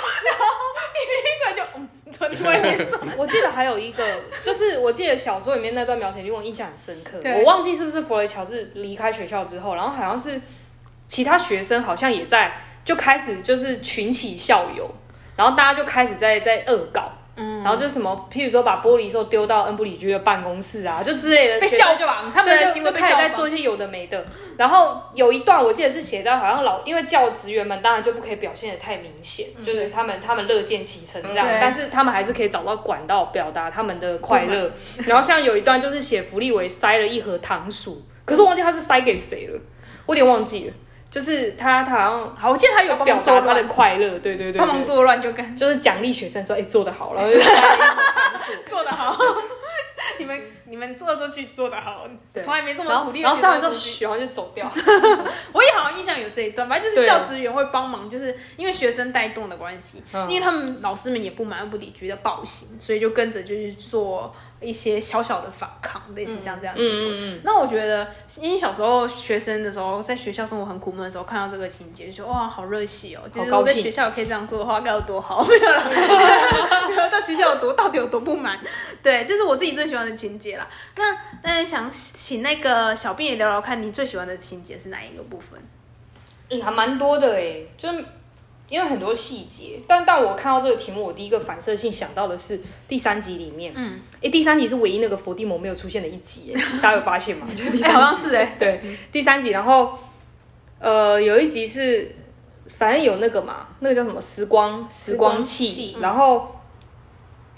Speaker 1: 皮皮鬼就嗯，朝另外一
Speaker 3: (laughs)
Speaker 1: 边转。
Speaker 3: 我记得还有一个，就是我记得小说里面那段描写令我印象很深刻。
Speaker 1: 对
Speaker 3: 我忘记是不是弗雷乔治离开学校之后，然后好像是其他学生好像也在就开始就是群起校友，然后大家就开始在在恶搞。嗯，然后就什么，譬如说把玻璃兽丢到恩布里居的办公室啊，就之类的，
Speaker 1: 被
Speaker 3: 学生
Speaker 1: 效
Speaker 3: 就
Speaker 1: 仿，他们的
Speaker 3: 对
Speaker 1: 行
Speaker 3: 就
Speaker 1: 为
Speaker 3: 就
Speaker 1: 被
Speaker 3: 开始
Speaker 1: 效
Speaker 3: 在
Speaker 1: 仿。
Speaker 3: 做一些有的没的。然后有一段我记得是写到，好像老因为教职员们当然就不可以表现的太明显，就是他们他们乐见其成这样
Speaker 1: 嗯对，
Speaker 3: 但是他们还是可以找到管道表达他们的快乐。然后像有一段就是写福利维塞了一盒糖薯，可是我忘记他是塞给谁了，我有点忘记了。就是他，他好像
Speaker 1: 好，我记得他有帮
Speaker 3: 表
Speaker 1: 忙作
Speaker 3: 达他的
Speaker 1: 乱，
Speaker 3: 快乐，对对对
Speaker 1: 帮忙
Speaker 3: 对，
Speaker 1: 作乱就跟
Speaker 3: 就是奖励学生说，哎、做得好，然后就塞了一盒糖薯。
Speaker 1: 做得好。 (laughs) 你们你们做做剧做得好，
Speaker 3: 对
Speaker 1: 从来没这
Speaker 3: 然
Speaker 1: 么
Speaker 3: 后
Speaker 1: 鼓励。
Speaker 3: 然后上完之后，
Speaker 1: 学生做
Speaker 3: 嘘然后就走掉。
Speaker 1: 剧我也好像印象有这一段，反正就是
Speaker 3: 对
Speaker 1: 教职员会帮忙，就是因为学生带动的关系，
Speaker 3: 嗯
Speaker 1: 因为他们老师们也不满安布里居的暴行，所以就跟着就是做一些小小的反抗，类似像这样的行为。
Speaker 3: 嗯嗯
Speaker 1: 那我觉得，因为小时候学生的时候，在学校生活很苦闷的时候，看到这个情节，就觉得哇，好热血哦！就是
Speaker 3: 好
Speaker 1: 我
Speaker 3: 高
Speaker 1: 在
Speaker 3: 兴
Speaker 1: 学校可以这样做的话，该有多好！没有啦， (laughs) 没有到学校有多到底有多不满？对，这是我自己最喜欢的情节啦。那那想请那个小编也聊聊看，你最喜欢的情节是哪一个部分？
Speaker 3: 嗯，还蛮多的诶，就是因为很多细节。但但我看到这个题目，我第一个反射性想到的是第三集里面，嗯，诶，第三集是唯一那个伏地魔没有出现的一
Speaker 1: (laughs)
Speaker 3: 集诶，大家有发现吗？就是
Speaker 1: 哎
Speaker 3: 第三集，
Speaker 1: 好像是哎，
Speaker 3: 对，第三集，然后呃，有一集是反正有那个嘛，那个叫什么时光时光器，
Speaker 1: 时光器嗯
Speaker 3: 然后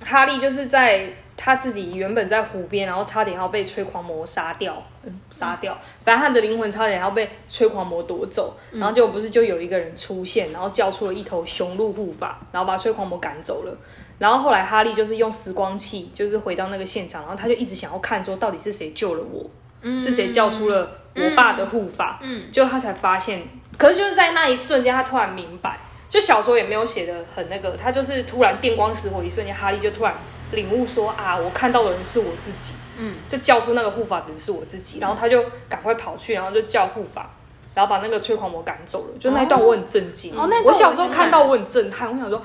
Speaker 3: 哈利就是在他自己原本在湖边，然后差点要被吹狂魔杀掉，嗯，杀掉，反正他的灵魂差点要被吹狂魔夺走，然后就不是就有一个人出现，然后叫出了一头雄鹿护法，然后把吹狂魔赶走了。然后后来哈利就是用时光器，就是回到那个现场，然后他就一直想要看说到底是谁救了我，是谁叫出了我爸的护法，嗯，就他才发现可是就是在那一瞬间，他突然明白，就小说也没有写的很那个，他就是突然电光石火，一瞬间，哈利就突然领悟说啊，我看到的人是我自己，
Speaker 1: 嗯，
Speaker 3: 就叫出那个护法的人是我自己，然后他就赶快跑去，然后就叫护法。然后把那个催狂魔赶走了，就那一段我很震惊。
Speaker 1: 哦那一段
Speaker 3: 我小时候
Speaker 1: 我也
Speaker 3: 看
Speaker 1: 看
Speaker 3: 到我很震撼，我想说，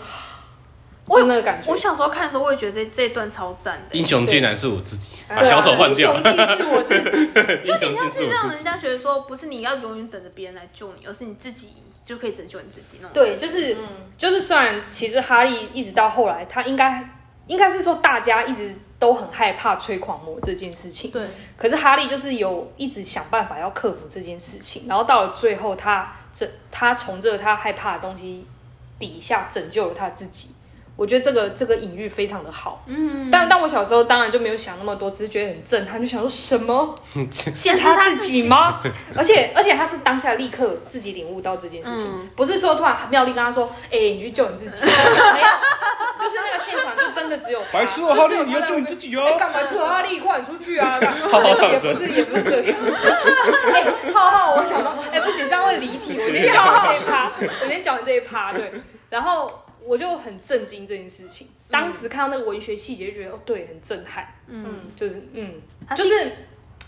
Speaker 1: 我
Speaker 3: 就那个感觉
Speaker 1: 我。小时候看的时候，我也觉得这这一段超赞的，
Speaker 2: 英雄竟然是我自己，
Speaker 3: 对
Speaker 1: 啊
Speaker 2: 把小 (laughs) 手换掉
Speaker 4: 英。雄既是我自己，
Speaker 2: 英
Speaker 1: 有
Speaker 2: 雄
Speaker 1: 点
Speaker 2: 竟
Speaker 1: 像
Speaker 2: 是
Speaker 1: 是让
Speaker 2: 我自
Speaker 1: 人
Speaker 2: 己。
Speaker 1: 家觉得说，不是你要永远等着别人来救你，而是你自己就可以拯救你自己那种。
Speaker 3: 对，就是、就是，虽然其实哈利一直到后来，他应该应该是说大家一直都很害怕催狂魔这件事情，
Speaker 1: 对，
Speaker 3: 可是哈利就是有一直想办法要克服这件事情，然后到了最后他，这他从这个他害怕的东西底下拯救了他自己。我觉得这个这个隐喻非常的好，嗯，但但我小时候当然就没有想那么多，只是觉得很震撼，就 (laughs) 想说什么
Speaker 1: 显示
Speaker 3: 他
Speaker 1: 他
Speaker 3: 自己吗？ (laughs) 而且而且他是当下立刻自己领悟到这件事情，不是说突然妙丽跟他说：“哎、你去救你自己。” (laughs) 没有，就是那个现场就真的只有他
Speaker 5: 白痴哦，哈利
Speaker 3: 就只有，他
Speaker 5: 你要救你自己
Speaker 3: 哎，
Speaker 5: 哦！
Speaker 3: 干嘛扯哈利，快点出去啊！
Speaker 2: 好好
Speaker 3: 也
Speaker 2: 躺
Speaker 3: 不
Speaker 2: 着
Speaker 3: 是也不是这样。 (laughs) 哎、浩浩，我想到，哎、不行，这样会离题。我先讲你这一趴，我先讲你这一趴，对。然后我就很震惊这件事情，当时看到那个文学细节，就觉得哦，对，很震撼。嗯，就是嗯，
Speaker 1: 他
Speaker 3: 就是是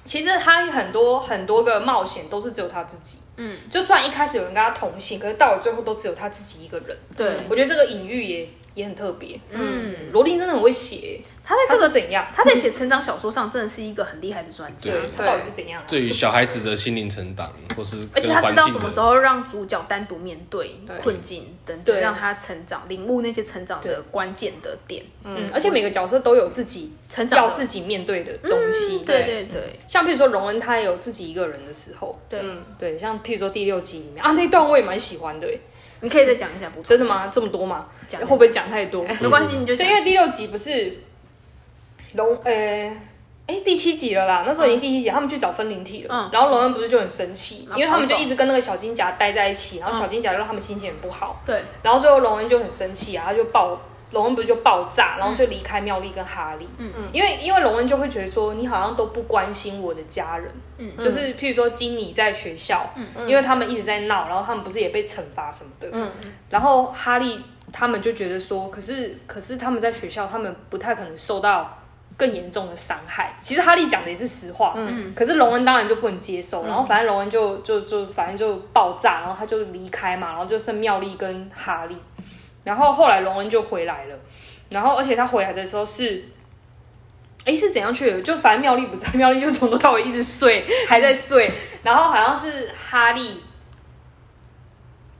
Speaker 3: 其实他很多很多个冒险都是只有他自己。
Speaker 1: 嗯，
Speaker 3: 就算一开始有人跟他同行，可是到了最后都只有他自己一个人。
Speaker 1: 对，
Speaker 3: 我觉得这个隐喻也也很特别。
Speaker 1: 嗯，
Speaker 3: 罗琳真的很会写，
Speaker 1: 他在
Speaker 3: 他
Speaker 1: 这
Speaker 3: 是
Speaker 1: 个
Speaker 3: 怎样？
Speaker 1: 他在写成长小说上真的是一个很厉害的专家，
Speaker 2: 对
Speaker 3: 他到底是怎样啊？
Speaker 2: 对于小孩子的心灵成长，或是
Speaker 1: 而且
Speaker 2: 跟
Speaker 1: 他知
Speaker 2: 环
Speaker 1: 道
Speaker 2: 境
Speaker 1: 什么时
Speaker 2: 的，
Speaker 1: 候让主角单独面对
Speaker 4: 对
Speaker 1: 困境等等，
Speaker 3: 对
Speaker 1: 让他成长，领悟那些成长的关键的点，
Speaker 3: 嗯，而且每个角色都有自己
Speaker 1: 成长
Speaker 3: 要
Speaker 1: 的
Speaker 3: 自己面对的东西。
Speaker 1: 嗯对对对
Speaker 3: 像譬如说荣恩，他也有自己一个人的时候。嗯
Speaker 1: 对，
Speaker 3: 对，像譬如说第六集里面啊，那段我也蛮喜欢的欸。
Speaker 1: 你可以再讲一下，不
Speaker 3: 真的？吗？这么多吗？
Speaker 1: 讲
Speaker 3: 会不会讲太多？
Speaker 1: 没关系，你就
Speaker 3: 对，
Speaker 1: 讲
Speaker 3: 因为第六集不是龙呃，哎、第七集了啦，那时候已经第七集，他们去找分灵体了。
Speaker 1: 嗯
Speaker 3: 然后龙恩不是就很生气，
Speaker 1: 然后
Speaker 3: 因为他们就
Speaker 1: 跑走嗯
Speaker 3: 一直跟那个小金夹待在一起，然后小金夹就让他们心情很不好。
Speaker 1: 对
Speaker 3: 然后最后龙恩就很生气啊，他就爆，龙恩不是就爆炸，然后就离开妙丽跟哈利，嗯嗯，因为因为龙恩就会觉得说你好像都不关心我的家人，嗯，就是譬如说金妮在学校，嗯，因为他们一直在闹，然后他们不是也被惩罚什么的，嗯，然后哈利他们就觉得说，可是可是他们在学校，他们不太可能受到。更严重的伤害，其实哈利讲的也是实话，嗯，可是龙恩当然就不能接受，然后反正龙恩就就就反正就爆炸，然后他就离开嘛，然后就剩妙丽跟哈利，然后后来龙恩就回来了，然后而且他回来的时候是，哎是怎样去的？就反正妙丽不在，妙丽就从头到尾一直睡，还在睡。然后好像是哈利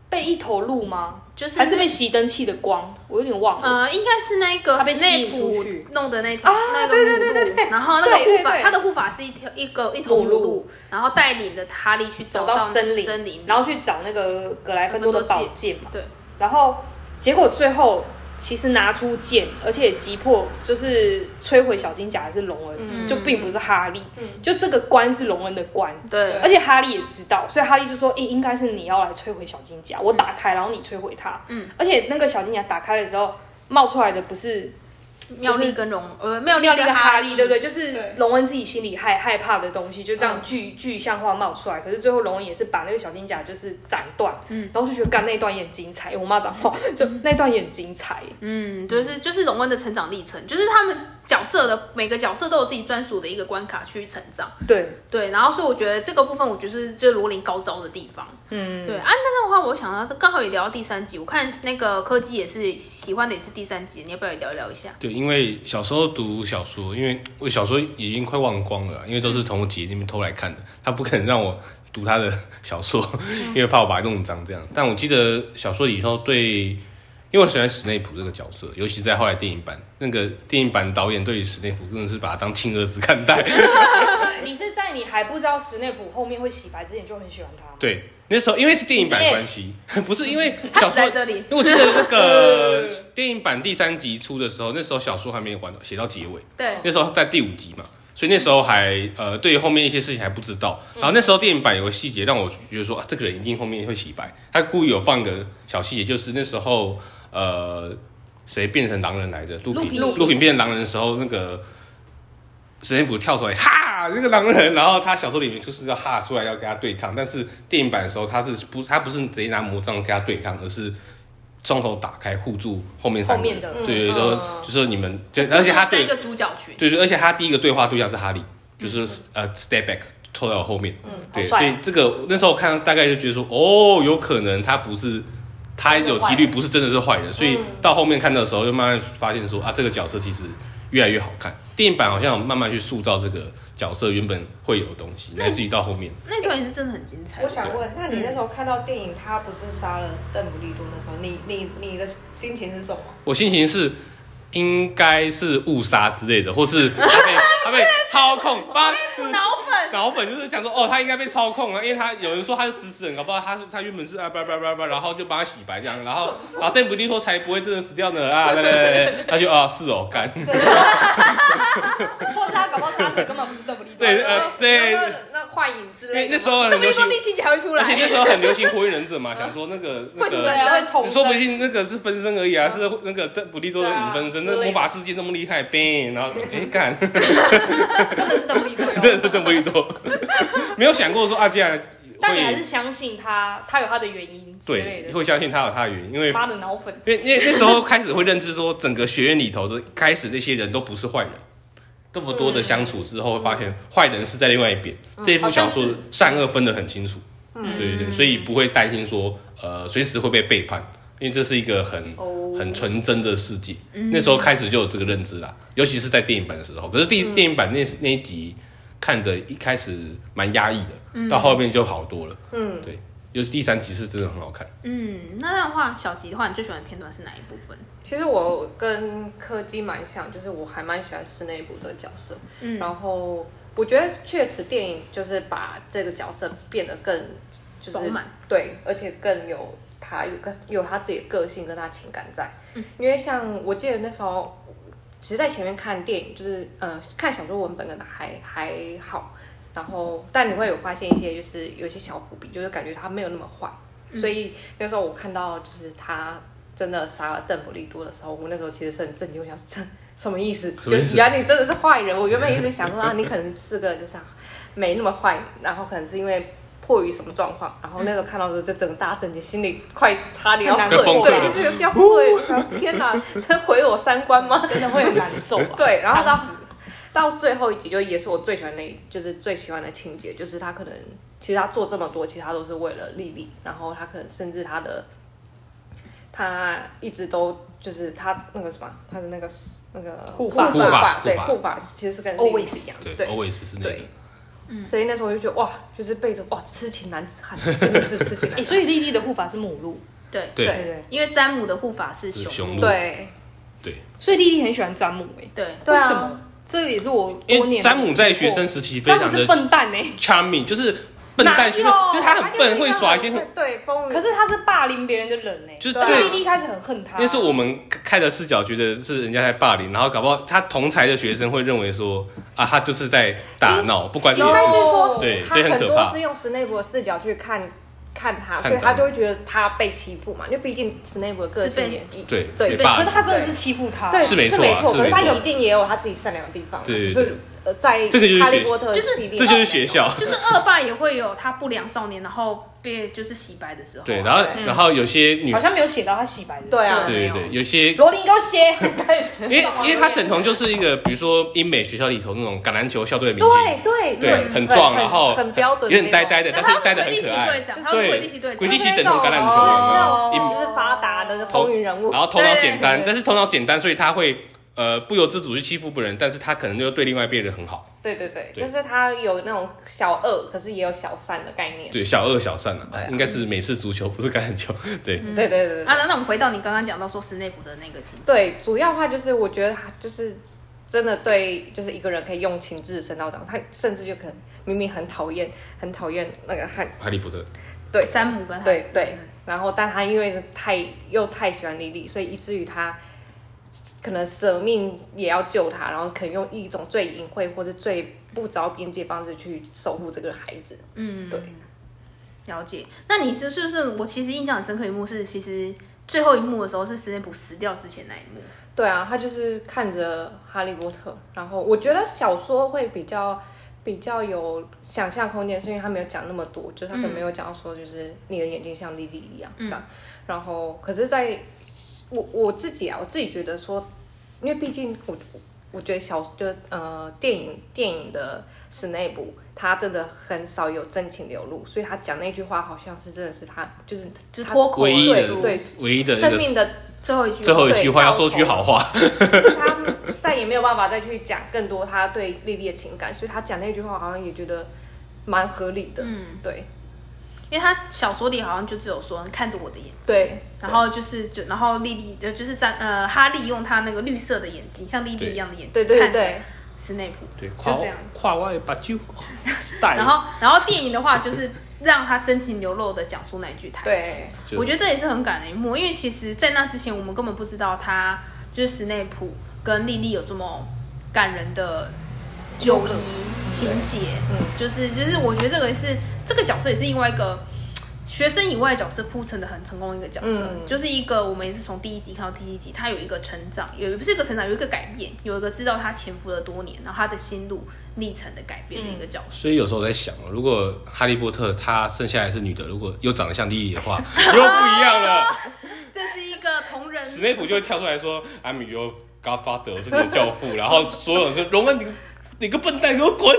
Speaker 3: 被一头鹿吗？
Speaker 1: 就是
Speaker 3: 还是被熄灯器的光？我有点忘了。
Speaker 1: 呃，应该是那个
Speaker 3: 他被吸
Speaker 1: 内
Speaker 3: 引出
Speaker 1: 普
Speaker 3: 去啊
Speaker 1: 弄的那条、那个对对对对对，然后那个
Speaker 3: 对对
Speaker 1: 护法，
Speaker 3: 对
Speaker 1: 他的护法是一条一个一头
Speaker 3: 母
Speaker 1: 母
Speaker 3: 鹿
Speaker 1: 鹿，然后带领着哈利去
Speaker 3: 走
Speaker 1: 到
Speaker 3: 到森林，
Speaker 1: 森林，
Speaker 3: 然后去找那个格莱芬多的宝剑嘛。
Speaker 1: 对，
Speaker 3: 然后结果最后其实拿出剑，而且击破就是摧毁小金甲的是龙恩，就并不是哈利，就这个关是龙恩的关。
Speaker 1: 对
Speaker 3: 而且哈利也知道，所以哈利就说：“应、应该是你要来摧毁小金甲，我打开，然后你摧毁它。”嗯，而且那个小金甲打开的时候，冒出来的不是
Speaker 1: 妙丽跟荣呃妙丽
Speaker 3: 妙丽
Speaker 1: 跟
Speaker 3: 跟
Speaker 1: 哈
Speaker 3: 哈
Speaker 1: 利
Speaker 3: 利，对不
Speaker 1: 对？
Speaker 3: 对？嗯就是
Speaker 4: 对
Speaker 3: 龙恩自己心里害害怕的东西，就这样具、具象化冒出来。可是最后龙恩也是把那个小金甲就是斩断，嗯，然后就觉得干那段也很精彩，我妈讲话就那段也很精彩，
Speaker 1: 嗯，就是就是荣恩的成长历程，就是他们角色的每个角色都有自己专属的一个关卡去成长。
Speaker 3: 对，
Speaker 1: 对，然后所以我觉得这个部分，我觉得是就是罗琳高招的地方。嗯，对啊，那这样的话，我想到刚好也聊到第三集，我看那个柯基也是喜欢的也是第三集，你要不要也聊一聊一下？
Speaker 2: 对，因为小时候读小说，因为我小说已经快忘光了啦，啊因
Speaker 1: 嗯
Speaker 2: 为都是从我姐那边偷来看的，她不肯让我读她的 (laughs) 小说，因为怕我把它弄脏这样。但我记得小说里头对，因为我喜欢史内普这个角色，尤其在后来电影版那个电影版导演对于史内普真的是把他当亲儿子看待，
Speaker 3: 你是在你还不知道史内普后面会洗白之前就很喜欢他吗？
Speaker 2: 对，那时候因为是电影版
Speaker 3: 你是 A
Speaker 2: 关系， (laughs) 不是因为
Speaker 1: 他
Speaker 2: 小
Speaker 1: 死在
Speaker 2: 说
Speaker 1: 这里，
Speaker 2: 因为我记得那
Speaker 1: (laughs)
Speaker 2: 个电影版第三集出的时候，那时候小说还没有完写到结尾，
Speaker 1: 对，
Speaker 2: 那时候在第五集嘛，所以那时候还呃对于后面一些事情还不知道。然后那时候电影版有个细节让我觉得说啊，这个人一定后面会洗白，他故意有放个小细节，就是那时候呃谁变成狼人来着？陆
Speaker 1: 陆
Speaker 2: 平
Speaker 1: 平
Speaker 2: 陆平变成狼人的时候，那个史内普跳出来哈。啊这个狼人，然后他小说里面就是要哈出来要跟他对抗，但是电影版的时候他是不他不是直接拿魔杖跟他对抗，而是双手打开护住后面三
Speaker 3: 后
Speaker 2: 个
Speaker 3: 面
Speaker 2: 人，
Speaker 3: 的
Speaker 2: 对对
Speaker 1: 嗯
Speaker 2: 对
Speaker 1: 嗯，
Speaker 2: 就是你们对，而且他对
Speaker 1: 三个主角群，
Speaker 2: 对对，而且他第一个对话对象是哈利，就是、呃 step back 凑在我后面，对，
Speaker 3: 嗯好帅
Speaker 2: 所
Speaker 3: 啊
Speaker 2: 以这个那时候我看到大概就觉得说，哦，有可能他不是。他有几率不是真的是坏人，所以到后面看的时候就慢慢发现说啊，这个角色其实越来越好看。电影版好像有慢慢去塑造这个角色原本会有的东
Speaker 3: 嗯
Speaker 2: 西，乃至于到后面，
Speaker 1: 那段也是真的很精彩。
Speaker 4: 我想问，那你那时候看到电影，他不是杀了邓布利多的时候，你你你的心情是什么？
Speaker 2: 我心情是应该是误杀之类的，或是他被他被操控，把
Speaker 1: 我脑粉，
Speaker 2: 脑粉就是讲说，哦，他应该被操控了，因为他有人说他是食死人，搞不好他是他原本是啊叭叭叭叭，然后就帮他洗白这样，然后然后邓布利多才不会真的死掉呢啊，来来来来，他就啊是哦，干，
Speaker 3: 或者他搞不好杀手根本不是邓布利多，
Speaker 2: 对呃对，
Speaker 4: 那那幻影之
Speaker 2: 因为
Speaker 4: 类的吗，
Speaker 2: 那时候很
Speaker 1: 那么
Speaker 2: 流
Speaker 1: 一
Speaker 2: 行
Speaker 1: 说，第七集还会出来
Speaker 2: 而且，那时候很流行火影忍者嘛，想说那个那
Speaker 3: 对
Speaker 2: 个。
Speaker 3: 啊，会重
Speaker 2: 你呃
Speaker 3: 生
Speaker 2: 说不定那个是分身而已啊，是那个邓布利多的影分身，
Speaker 3: 对啊
Speaker 2: 那
Speaker 3: 之类的
Speaker 2: 魔法世界这么厉害，bang，然后哎干，
Speaker 3: 真的是邓布利多哟。
Speaker 2: (laughs) 对对邓布利多，没有想过说啊，竟然
Speaker 3: 但你还是
Speaker 2: 会
Speaker 3: 相信他，他有他的原因之类
Speaker 2: 对，
Speaker 3: 的。
Speaker 2: 会相信他有他的原因，因为
Speaker 3: 妈的脑粉，
Speaker 2: 因为那那时候开始会认知说，整个学院里头的开始那些人都不是坏人。这么多的相处之后，会发现坏人是在另外一边。这一部小说
Speaker 3: 好像是
Speaker 2: 善恶分得很清楚，对对对，所以不会担心说呃随时会被背叛，因为这是一个很
Speaker 4: 哦
Speaker 2: 很纯真的世界。那时候开始就有这个认知啦，尤其是在电影版的时候。可是第电影版那那一集看的一开始蛮压抑的，到后面就好多了。嗯，对，尤其第三集是真的很好看。
Speaker 1: 嗯，那那的话，小吉的话，你最喜欢的片段是哪一部分？
Speaker 4: 其实我跟柯基蛮像，就是我还蛮喜欢室内部的角色。
Speaker 1: 嗯
Speaker 4: 然后我觉得确实电影就是把这个角色变得更就是
Speaker 1: 丰满
Speaker 4: 对，而且更有他有个有他自己的个性跟他情感在。因为像我记得那时候，其实在前面看电影就是呃看小说文本可能还还好，然后但你会有发现一些就是有一些小伏笔，就是感觉他没有那么坏。所以那时候我看到就是他真的杀了邓布利多的时候，我那时候其实是很震惊，我想这什么意思？
Speaker 2: (laughs) 什么意思
Speaker 4: 就是原来你真的是坏人。我原本一直想说啊，你可能是个就是啊没那么坏，然后可能是因为。迫于什么状况，然后那时候看到的时候就整个大震惊，心里快差点要
Speaker 3: 很
Speaker 4: 碎，
Speaker 3: 难
Speaker 2: 过
Speaker 4: 对，对对，要碎了！然后天哪，这毁我三观吗？
Speaker 3: 真的会很难受啊。
Speaker 4: 对，然后
Speaker 3: 当
Speaker 4: 到
Speaker 3: 时
Speaker 4: 到最后一集就也是我最喜欢那一，就是最喜欢的情节，就是他可能其实他做这么多，其实他都是为了莉莉，然后他可能甚至他的他一直都就是他那个什么，他的那个那个
Speaker 3: 护法
Speaker 2: 护法
Speaker 4: 对
Speaker 2: 护法
Speaker 4: 护法其实是跟莉莉
Speaker 3: Always
Speaker 4: 是一样的，
Speaker 2: 对
Speaker 4: 对。
Speaker 2: ，always 是那个
Speaker 4: 对。所以那时候我就觉得哇，就是背着哇痴情男子汉，真的是痴情男
Speaker 3: 诶
Speaker 4: 子
Speaker 3: 所以莉莉的护法是母鹿，
Speaker 1: 对，
Speaker 2: 对
Speaker 4: 汉，
Speaker 3: (laughs) 对对。
Speaker 1: 因为詹姆的护法是
Speaker 2: 是
Speaker 1: 雄
Speaker 2: 雄
Speaker 1: 鹿，
Speaker 2: 鹿
Speaker 4: 对
Speaker 2: 对，
Speaker 3: 所以莉莉很喜欢詹姆诶，
Speaker 1: 对，
Speaker 4: 对
Speaker 3: 为什
Speaker 4: 啊
Speaker 3: 么，？这也是我
Speaker 2: 因
Speaker 3: 多
Speaker 2: 为
Speaker 3: 年
Speaker 2: 詹姆在学生时期非
Speaker 3: 詹姆
Speaker 2: 常
Speaker 3: 是
Speaker 2: 的
Speaker 3: 笨蛋诶，
Speaker 2: charming，就是笨蛋，就是
Speaker 3: 哪有
Speaker 2: 就是他很笨，会耍一些
Speaker 4: 些
Speaker 2: 很。
Speaker 4: 对风
Speaker 3: (laughs)
Speaker 4: 云，
Speaker 3: 可是他是霸凌别人的人诶，
Speaker 2: 就是
Speaker 3: 而且
Speaker 4: 对
Speaker 3: 莉莉一开始很恨他。
Speaker 2: 那是我们看的视角，觉得是人家在霸凌，然后搞不好他同才的学生会认为说啊，他就是在打闹，不管你
Speaker 4: 应该是说，
Speaker 2: 对
Speaker 4: 他
Speaker 2: 所以很
Speaker 4: 很
Speaker 2: 可
Speaker 4: 多
Speaker 2: 怕
Speaker 4: 是用史内伯的视角去看看他，
Speaker 2: 看
Speaker 4: 所以他
Speaker 2: 展
Speaker 4: 就会觉得他被欺负嘛，因为毕竟史内伯的个性也
Speaker 2: 对
Speaker 4: 对
Speaker 2: 被
Speaker 4: 被
Speaker 2: 霸
Speaker 3: 可
Speaker 2: 凌
Speaker 3: 是。他真的是欺负他，
Speaker 4: 对
Speaker 2: 是没错啊
Speaker 4: 错，
Speaker 2: 是
Speaker 4: 可
Speaker 2: 没
Speaker 4: 是
Speaker 2: 错
Speaker 4: 他一定也有他自己善良的地方，
Speaker 2: 对对
Speaker 4: 只
Speaker 2: 对
Speaker 4: 是呃，在
Speaker 2: 这个就是
Speaker 4: 哈利
Speaker 2: 学
Speaker 4: 波特
Speaker 1: 就是
Speaker 4: 系列
Speaker 2: 这就是学校，
Speaker 1: 就是恶霸也会有他不良少年，然后被就是洗白的时候啊。
Speaker 2: 对，然后然后有些女
Speaker 3: 好，像没有写到他洗白的事。
Speaker 4: 对啊
Speaker 2: 对对对，有些
Speaker 3: 罗琳给我写，
Speaker 2: (laughs) 因为因为他等同就是一个，比如说英美学校里头那种橄榄球校队的明星，
Speaker 4: 对对
Speaker 2: 对
Speaker 4: 对，
Speaker 2: 很壮啊然后
Speaker 4: 很标准
Speaker 2: 有
Speaker 4: 那种，
Speaker 2: 点呆呆的，
Speaker 1: 那
Speaker 2: 但
Speaker 1: 他
Speaker 2: 是
Speaker 1: 是
Speaker 2: 呆的
Speaker 1: 魁地
Speaker 2: 很
Speaker 1: 奇
Speaker 2: 可爱
Speaker 1: 队。长，他是魁地奇队
Speaker 2: 鬼
Speaker 1: 长
Speaker 2: 地。奇等同橄榄球，
Speaker 4: 哦
Speaker 2: 有没有？英
Speaker 4: 就是发达的
Speaker 2: 头
Speaker 4: 风云人物，
Speaker 2: 然后头脑简单
Speaker 4: 对，
Speaker 2: 但是头脑简单，所以他会呃不由自主去欺负别人，但是他可能又对另外一边人很好，
Speaker 4: 对对对，
Speaker 2: 对
Speaker 4: 就是他有那种小恶，可是也有小善的概念，
Speaker 2: 对小恶小善
Speaker 4: 对
Speaker 2: 啊
Speaker 4: 啊，
Speaker 2: 应该是美式足球，不是橄榄球，对，
Speaker 4: 对对对对。
Speaker 1: 啊，那那我们回到你刚刚讲到说史内普的那个情节，
Speaker 4: 对，主要的话就是我觉得他就是真的对，就是一个人可以用情至深到长，他甚至就可能明明很讨厌，很讨厌那个汉，
Speaker 2: 哈利波特，
Speaker 4: 对
Speaker 1: 詹姆跟他嗯
Speaker 4: 对对，然后但他因为是太又太喜欢莉莉，所以以至于他。可能舍命也要救他，然后可能用一种最隐晦或者最不着边界方式去守护这个孩子。
Speaker 1: 嗯，
Speaker 4: 对，
Speaker 1: 了解。那你是是不是我其实印象很深刻一幕是，其实最后一幕的时候是史内普死掉之前那一幕。
Speaker 4: 对啊，他就是看着《哈利波特》，然后我觉得小说会比较比较有想象空间，是因为他没有讲那么多，就是他可能没有讲到说，就是你的眼睛像莉莉一样这样。然后，可是在我我自己啊，我自己觉得说，因为毕竟我我觉得小就呃电影电影的室内部，他真的很少有真情流露，所以他讲那句话好像是真的是他就是
Speaker 1: 就
Speaker 4: 他
Speaker 1: 脱口
Speaker 2: 唯一
Speaker 1: 而
Speaker 2: 的
Speaker 1: 出
Speaker 4: 对
Speaker 2: 唯一的那
Speaker 4: 生
Speaker 2: 个
Speaker 4: 命的
Speaker 1: 最后一句，
Speaker 2: 最后一句话
Speaker 4: 对
Speaker 2: 要说句好话，
Speaker 4: (laughs) 他再也没有办法再去讲更多他对莉莉的情感，所以他讲那句话好像也觉得蛮合理的。
Speaker 1: 嗯，
Speaker 4: 对
Speaker 1: 因为他小说里好像就只有说看着我的
Speaker 3: 嗯
Speaker 1: 眼睛。
Speaker 4: 对，
Speaker 1: 然后就是就然后莉莉呃就是在呃哈利用他那个绿色的眼睛，像莉莉一样的眼睛
Speaker 4: 对对对
Speaker 1: 看着
Speaker 4: 对，
Speaker 1: 斯内普，
Speaker 2: 对，跨
Speaker 1: 就这样。
Speaker 2: 跨外把酒，
Speaker 4: 哎
Speaker 2: 带
Speaker 1: 然后然后电影的话就是让他真情流露的讲出那一句台词。
Speaker 4: 对
Speaker 2: 就
Speaker 1: 我觉得这也是很感人一幕，因为其实，在那之前我们根本不知道他就是斯内普跟莉莉有这么感人的友谊情节。
Speaker 4: 嗯
Speaker 1: 就是就是我觉得这个也是这个角色也是另外一个。学生以外的角色铺陈的很成功，一个角色、
Speaker 4: 嗯
Speaker 1: 就是一个我们也是从第一集看到第七集，他有一个成长，有不是一个成长，有一个改变，有一个知道他潜伏了多年，然后他的心路历程的改变的一个角色。
Speaker 2: 所以有时候我在想，如果哈利波特他生下来是女的，如果又长得像莉莉的话，又不一样了。
Speaker 4: 嗯
Speaker 1: 这是一个同人，
Speaker 2: 史内普就会跳出来说：“I'm your godfather，我是你的教父。”然后所有人就荣恩，你个你个笨蛋，给我滚！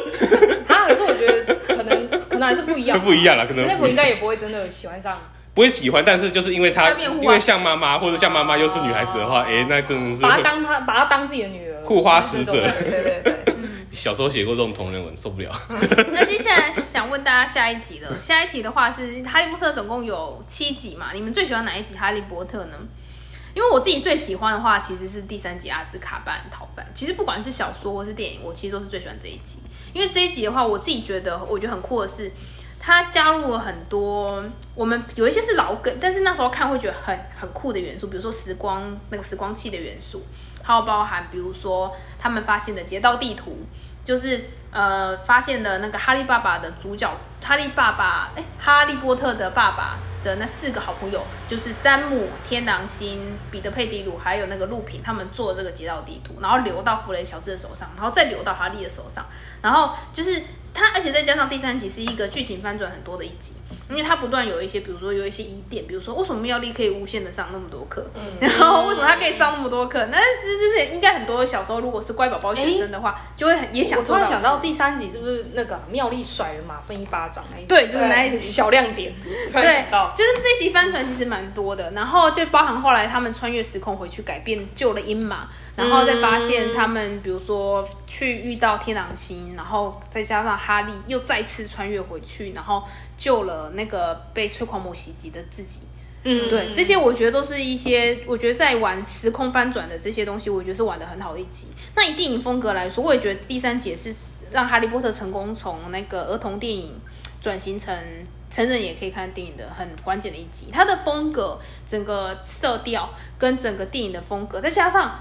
Speaker 3: 啊，可是我觉得可能可能还是不一
Speaker 2: (laughs)
Speaker 3: 样，
Speaker 2: 不一样啦可能
Speaker 3: 史内
Speaker 2: 不一
Speaker 3: 普
Speaker 2: 样
Speaker 3: 应该也不会真的喜欢上，
Speaker 2: 不会喜欢，但是就是因为他
Speaker 1: 他变护啊
Speaker 2: 因为像妈妈或者像妈妈又是女孩子的话，哎、那真的是
Speaker 3: 把他
Speaker 2: 会
Speaker 3: 当他把他当自己的女儿，
Speaker 2: 护花使者。
Speaker 4: 对对对对，
Speaker 2: 小时候写过这种同人文，受不了。
Speaker 1: (laughs) 那接下来想问大家下一题了。下一题的话是《哈利波特》总共有七集嘛？你们最喜欢哪一集《哈利波特》呢？因为我自己最喜欢的话，其实是第三集阿兹卡班逃犯。其实不管是小说或是电影，我其实都是最喜欢这一集。因为这一集的话，我自己觉得我觉得很酷的是，它加入了很多我们有一些是老梗，但是那时候看会觉得很很酷的元素，比如说时光那个时光器的元素，还有包含比如说他们发现的街道地图，就是呃发现了那个哈利爸爸的主角哈利爸爸，哎、哈利波特的爸爸的那四个好朋友，就是詹姆、天狼星、彼得佩迪鲁还有那个陆平，他们做这个街道地图，然后流到弗雷小智的手上，然后再流到哈利的手上，然后就是它，而且再加上第三集是一个剧情翻转很多的一集，因为它不断有一些，比如说有一些疑点，比如说为什么妙丽可以无限的上那么多课，
Speaker 3: 嗯
Speaker 1: 然后为什么她可以上那么多课？那这这是应该很多小时候如果是乖宝宝学生的话，就会很也想
Speaker 3: 我突
Speaker 1: 做
Speaker 3: 然想到
Speaker 1: 事
Speaker 3: 第三集是不是那个啊妙丽甩了马粪一巴掌那一集？
Speaker 1: 对，就是那一集。
Speaker 3: 小亮点，突然
Speaker 1: 对
Speaker 3: 想到，。
Speaker 1: 就是这集翻船其实蛮多的，然后就包含后来他们穿越时空回去改变救了英玛，然后再发现他们比如说去遇到天狼星，然后再加上哈利又再次穿越回去，然后救了那个被催狂魔袭击的自己。
Speaker 3: 嗯，
Speaker 1: 对，这些我觉得都是一些，我觉得在玩时空翻转的这些东西，我觉得是玩的很好的一集。那以电影风格来说，我也觉得第三集也是让《哈利波特》成功从那个儿童电影转型成成人也可以看电影的很关键的一集。它的风格、整个色调跟整个电影的风格，再加上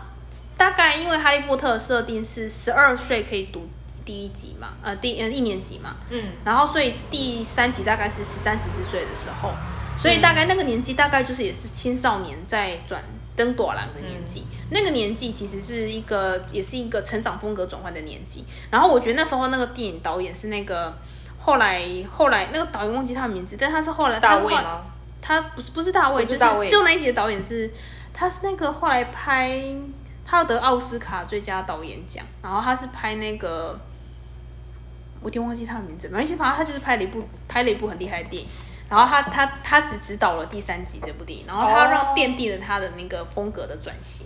Speaker 1: 大概因为《哈利波特》的设定是十二岁可以读第一集嘛，呃，第呃一年级嘛，
Speaker 3: 嗯，
Speaker 1: 然后所以第三集大概是十三十四岁的时候，
Speaker 3: 嗯
Speaker 1: 所以大概那个年纪大概就是也是青少年在转登朵兰的年
Speaker 3: 嗯
Speaker 1: 纪，那个年纪其实是一个也是一个成长风格转换的年纪。然后我觉得那时候那个电影导演是那个后来后来那个导演忘记他的名字，但他是后来
Speaker 3: 大
Speaker 1: 他
Speaker 3: 卫
Speaker 1: 是后来
Speaker 3: 吗？
Speaker 1: 他不是不是大卫，
Speaker 3: 不是大
Speaker 1: 就
Speaker 3: 卫
Speaker 1: 是就那一集的导演是他是那个后来拍他要得奥斯卡最佳导演奖，然后他是拍那个。我有点忘记他的名字，没关系，反正他就是拍了一部拍了一部很厉害的电影，然后他他他只指导了第三集这部电影，然后他让
Speaker 3: 哦
Speaker 1: 奠定了他的那个风格的转型。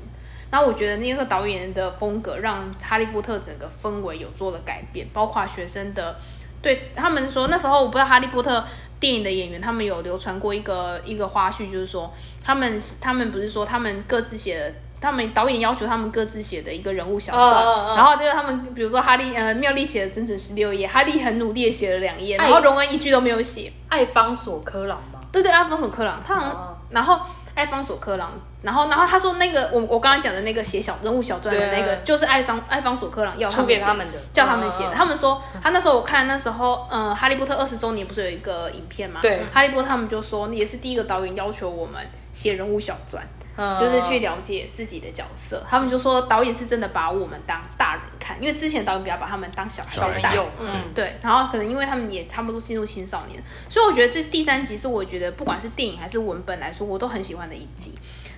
Speaker 1: 然后我觉得那个导演的风格让《哈利波特》整个氛围有做了改变，包括学生的对他们说，那时候我不知道《哈利波特》电影的演员，他们有流传过一个一个花絮，就是说他们他们不是说他们各自写的，他们导演要求他们各自写的一个人物小传
Speaker 3: 哦哦哦
Speaker 1: 然后就是他们比如说哈利呃妙丽写了整整十六页，哈利很努力的写了两页，
Speaker 3: 哎
Speaker 1: 然后荣恩一句都没有写。
Speaker 3: 艾方索科朗吗？
Speaker 1: 对对，阿方索科朗，他好像、
Speaker 3: 哦
Speaker 1: 然后艾方索科朗，然后然后他说那个我我刚刚讲的那个写小人物小传的那个，
Speaker 3: 对
Speaker 1: 就是艾方艾方索科朗要
Speaker 3: 出给
Speaker 1: 写
Speaker 3: 他们的，
Speaker 1: 叫他们写的。
Speaker 3: 嗯
Speaker 1: 他们说，他那时候我看那时候，嗯，《哈利波特》二十周年不是有一个影片吗？
Speaker 3: 对
Speaker 1: 《哈利波特》他们就说，也是第一个导演要求我们写人物小传，
Speaker 3: 嗯
Speaker 1: 就是去了解自己的角色。他们就说，导演是真的把我们当大人看，因为之前导演比较把他们当小孩
Speaker 2: 小
Speaker 1: 在
Speaker 2: 孩
Speaker 1: 带
Speaker 2: 看，
Speaker 3: 有
Speaker 2: 对
Speaker 3: 嗯
Speaker 1: 对，然后可能因为他们也差不多进入青少年，所以我觉得这第三集是我觉得不管是电影还是文本来说，我都很喜欢的一集。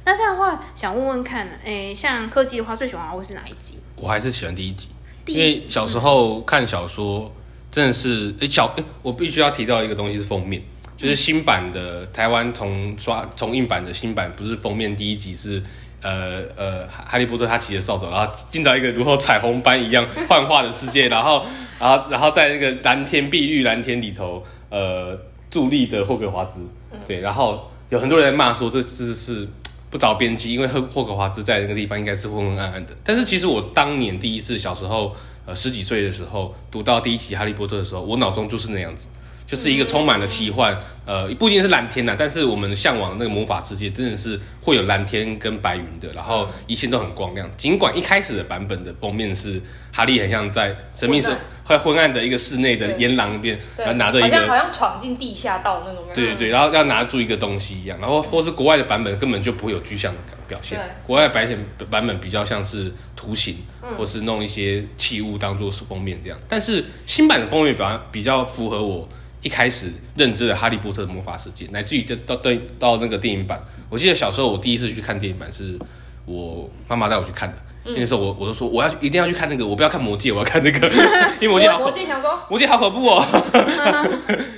Speaker 1: 那这样的话，想问问看，诶，像科技的话，最喜欢会是哪一集？
Speaker 2: 我还是喜欢第一集，
Speaker 1: 第
Speaker 2: 因
Speaker 1: 一
Speaker 2: 为
Speaker 1: 集
Speaker 2: 小时候看小说真的是，诶、小、诶我必须要提到一个东西是封面，就是新版的台湾重刷重印版的新版，不是封面第一集是。呃呃，哈哈利波特他骑着扫帚，然后进到一个如同彩虹般一样幻化的世界， (laughs) 然后，然后，然后在那个蓝天碧绿蓝天里头，呃，伫立的霍格华兹，对，然后有很多人在骂说这只是不着边际，因为霍霍格华兹在那个地方应该是昏昏暗暗的。但是其实我当年第一次小时候，呃十几岁的时候读到第一集《哈利波特》的时候，我脑中就是那样子，就是一个充满了奇幻，呃，不一定是蓝天呐，但是我们向往的那个魔法世界真的是会有蓝天跟白云的，然后一切都很光亮。尽管一开始的版本的封面是哈利很像在神秘
Speaker 3: 昏
Speaker 2: 社
Speaker 3: 暗
Speaker 2: 快昏暗的一个室内的
Speaker 3: 对
Speaker 2: 岩廊里边，然
Speaker 3: 对，
Speaker 2: 后拿
Speaker 3: 啊
Speaker 2: 着
Speaker 3: 好
Speaker 2: 一个
Speaker 3: 像好像闯进地下道那种感觉。
Speaker 2: 对对，然后要拿住一个东西一样，然后或是国外的版本根本就不会有具象的感表现
Speaker 3: 对，
Speaker 2: 国外的白显版本比较像是图形，或是弄一些器物当做是封面这样。但是新版的封面比较比较符合我一开始认知的《哈利波特》的魔法世界，乃至于到到到那个电影版，我记得小时候我第一次去看电影版是我妈妈带我去看的。那时候我我就说我要去一定要去看那个，我不要看魔戒，我要看那个， (laughs) 因为魔戒好
Speaker 3: 我我
Speaker 2: 恐
Speaker 3: 之前想说 (laughs)
Speaker 2: 魔戒好恐怖哦。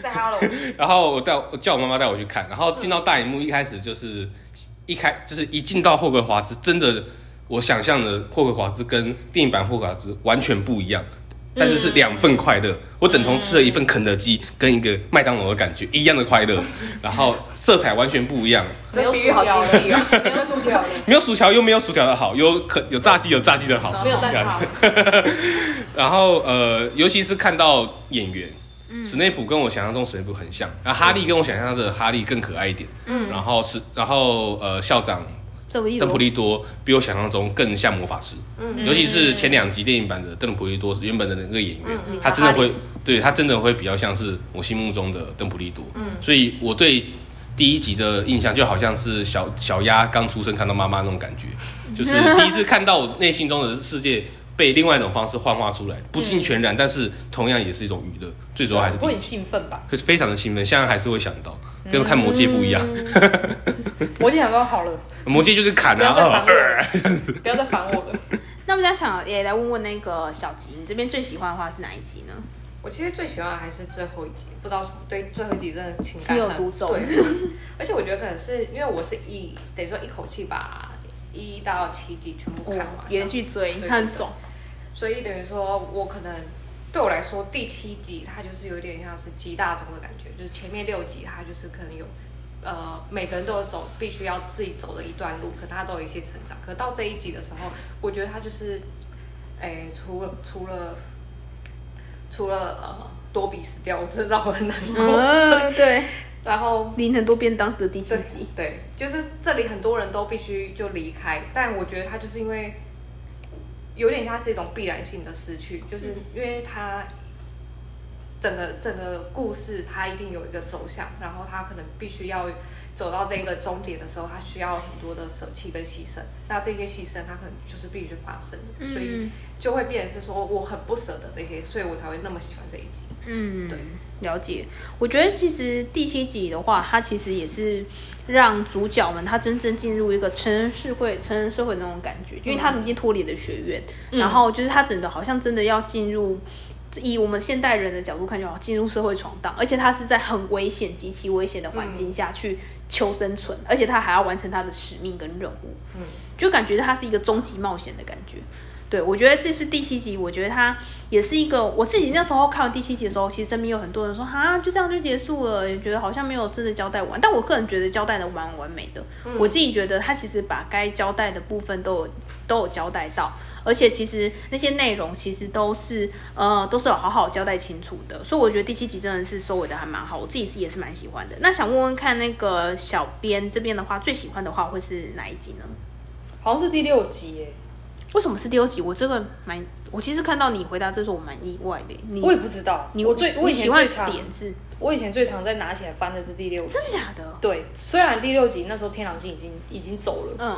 Speaker 3: 在哈喽，
Speaker 2: 然后我带我叫我妈妈带我去看，然后进到大荧幕，一开始就是一开就是一进到霍格华兹，真的我想象的霍格华兹跟电影版霍格华兹完全不一样，
Speaker 3: 嗯
Speaker 2: 但是是两份快乐，我等同吃了一份肯德基跟一个麦当劳的感觉一样的快
Speaker 3: (laughs)
Speaker 2: 乐，然后色彩完全不一样，
Speaker 3: 没有
Speaker 4: 这比喻好
Speaker 3: 塑料
Speaker 4: 精辟哦。
Speaker 3: (laughs) 没有薯条，
Speaker 2: 没有薯条又没有薯条的好，有肯有炸鸡有炸鸡的好，
Speaker 3: (laughs) 没有蛋挞，
Speaker 2: 然后呃，尤其是看到演员，史内普跟我想象中史内普很像，然后哈利跟我想象的哈利更可爱一点，嗯，然后是然后呃校长
Speaker 1: 这部一
Speaker 2: 邓普
Speaker 1: 罗
Speaker 2: 利多比我想象中更像魔法师，嗯，嗯尤其是前两集电影版的邓普利多原本的那个演员，他真的会，对他真的会比较像是我心目中的邓普利多，嗯，所以我对第一集的印象就好像是小小鸭刚出生看到妈妈那种 (laughs) 感觉，就是第一次看到我内心中的世界被另外一种方式幻化出来，不尽全然，但是同样也是一种娱乐，最主要还是第
Speaker 3: 我
Speaker 2: 一
Speaker 3: 很
Speaker 2: 集，
Speaker 3: 兴奋吧？
Speaker 2: 可是非常的兴奋，现在还是会想到，跟看魔戒不一样，
Speaker 3: (laughs) 我就想说好了，
Speaker 2: 魔戒就是砍
Speaker 3: 不要
Speaker 2: 啊，哦
Speaker 3: 再烦我了， (laughs) 不要再烦我了。
Speaker 1: 那我想想也来问问那个小吉，你这边最喜欢的话是哪一集呢？
Speaker 4: 我其实最喜欢的还是最后一集，不知道对最后一集真的情感
Speaker 1: 情有
Speaker 4: 很
Speaker 1: 独钟
Speaker 4: 对，而且我觉得可能是因为我是一等于说一口气把一到七集全部
Speaker 1: 我
Speaker 4: 看
Speaker 3: 哦
Speaker 4: 完，
Speaker 1: 哦原去追，
Speaker 4: 对
Speaker 1: 他很爽。
Speaker 4: 所以等于说我可能对我来说第七集它就是有点像是集大成的感觉，就是前面六集它就是可能有。呃，每个人都有走必须要自己走的一段路，可他都有一些成长。可到这一集的时候，我觉得他就是，哎、除了除了除了呃多比死掉，我真的让我很难过。
Speaker 1: 嗯， (laughs) 对，
Speaker 4: (laughs) 然后
Speaker 1: 淋很多便当的第七
Speaker 4: 对
Speaker 1: 集，
Speaker 4: 对，就是这里很多人都必须就离开，但我觉得他就是因为有点像是一种必然性的失去，就是因为他整个整个故事他一定有一个走向，然后他可能必须要走到这个终点的时候，他需要很多的舍弃跟牺牲，那这些牺牲他可能就是必须发生的，所以
Speaker 1: 嗯
Speaker 4: 就会变成是说我很不舍得这些，所以我才会那么喜欢这一集。
Speaker 1: 嗯
Speaker 4: 对，
Speaker 1: 了解。我觉得其实第七集的话，它其实也是让主角们他真正进入一个成人社会、成人社会那种感觉，因为他们已经脱离了学院，然后就是他整个好像真的要进入。以我们现代人的角度看，就好进入社会闯荡，而且他是在很危险、极其危险的环境下去求生存，而且他还要完成他的使命跟任务，嗯，就感觉他是一个终极冒险的感觉。对，我觉得这是第七集，我觉得它也是一个我自己那时候看完第七集的时候，其实身边有很多人说哈，就这样就结束了，也觉得好像没有真的交代完。但我个人觉得交代的蛮完美的，
Speaker 3: 嗯
Speaker 1: 我自己觉得他其实把该交代的部分都有都有交代到，而且其实那些内容其实都是呃都是有好好交代清楚的，所以我觉得第七集真的是收尾的还蛮好，我自己是也是蛮喜欢的。那想问问看那个小编这边的话，最喜欢的话会是哪一集呢？
Speaker 3: 好像是第六集耶，
Speaker 1: 为什么是第六集？我这个蛮，我其实看到你回答这时候我蛮意外的。你
Speaker 3: 我也不知道。
Speaker 1: 你
Speaker 3: 我最我
Speaker 1: 你
Speaker 3: 以
Speaker 1: 喜
Speaker 3: 前
Speaker 1: 欢
Speaker 3: 最
Speaker 1: 的
Speaker 3: 常
Speaker 1: 点是
Speaker 3: 我以前最常在拿起来翻的是第六集
Speaker 1: 真。的假的？
Speaker 3: 对，虽然第六集那时候天狼星已经已经走了，
Speaker 1: 嗯，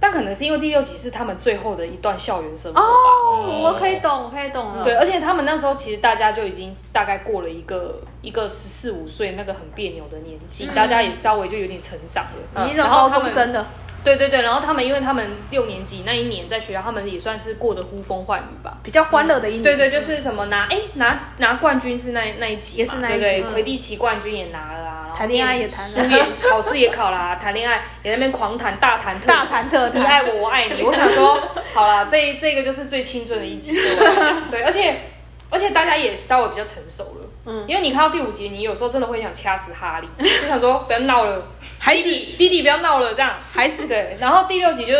Speaker 3: 但可能是因为第六集是他们最后的一段校园生活吧。
Speaker 1: 哦，我可以懂，我可以懂了。
Speaker 3: 对，，而且他们那时候其实大家就已经大概过了一个一个十四五岁那个很别扭的年纪，大家也稍微就有点成长了。
Speaker 1: 嗯你那
Speaker 3: 嗯然
Speaker 1: 种
Speaker 3: 后
Speaker 1: 高
Speaker 3: 他
Speaker 1: 中
Speaker 3: 们
Speaker 1: 生的，
Speaker 3: 对对对，然后他们因为他们六年级那一年在学校，他们也算是过得呼风唤雨吧。
Speaker 1: 比较欢乐的一年。嗯
Speaker 3: 对对，就是什么拿哎拿拿冠军是那那一集
Speaker 1: 也
Speaker 3: 嘛，
Speaker 1: 是那一集
Speaker 3: 对
Speaker 1: 嗯
Speaker 3: 不对？魁地奇冠军也拿了啊，然后
Speaker 1: 谈恋爱也谈了
Speaker 3: 书也考试也考啦， (laughs) 谈恋爱也在那边狂谈大谈特
Speaker 1: 大谈特谈
Speaker 3: 你爱我我爱你。我想说， (laughs) 好啦，这这个就是最青春
Speaker 1: (laughs)
Speaker 3: 的一集，对我来讲对，而且而且大家也稍微比较成熟了。嗯，因为你看到第五集，你有时候真的会想掐死哈利，就想说不要闹了，
Speaker 1: 孩子
Speaker 3: 弟弟弟弟不要闹了这样。
Speaker 1: 孩子
Speaker 3: (laughs) 对，然后第六集就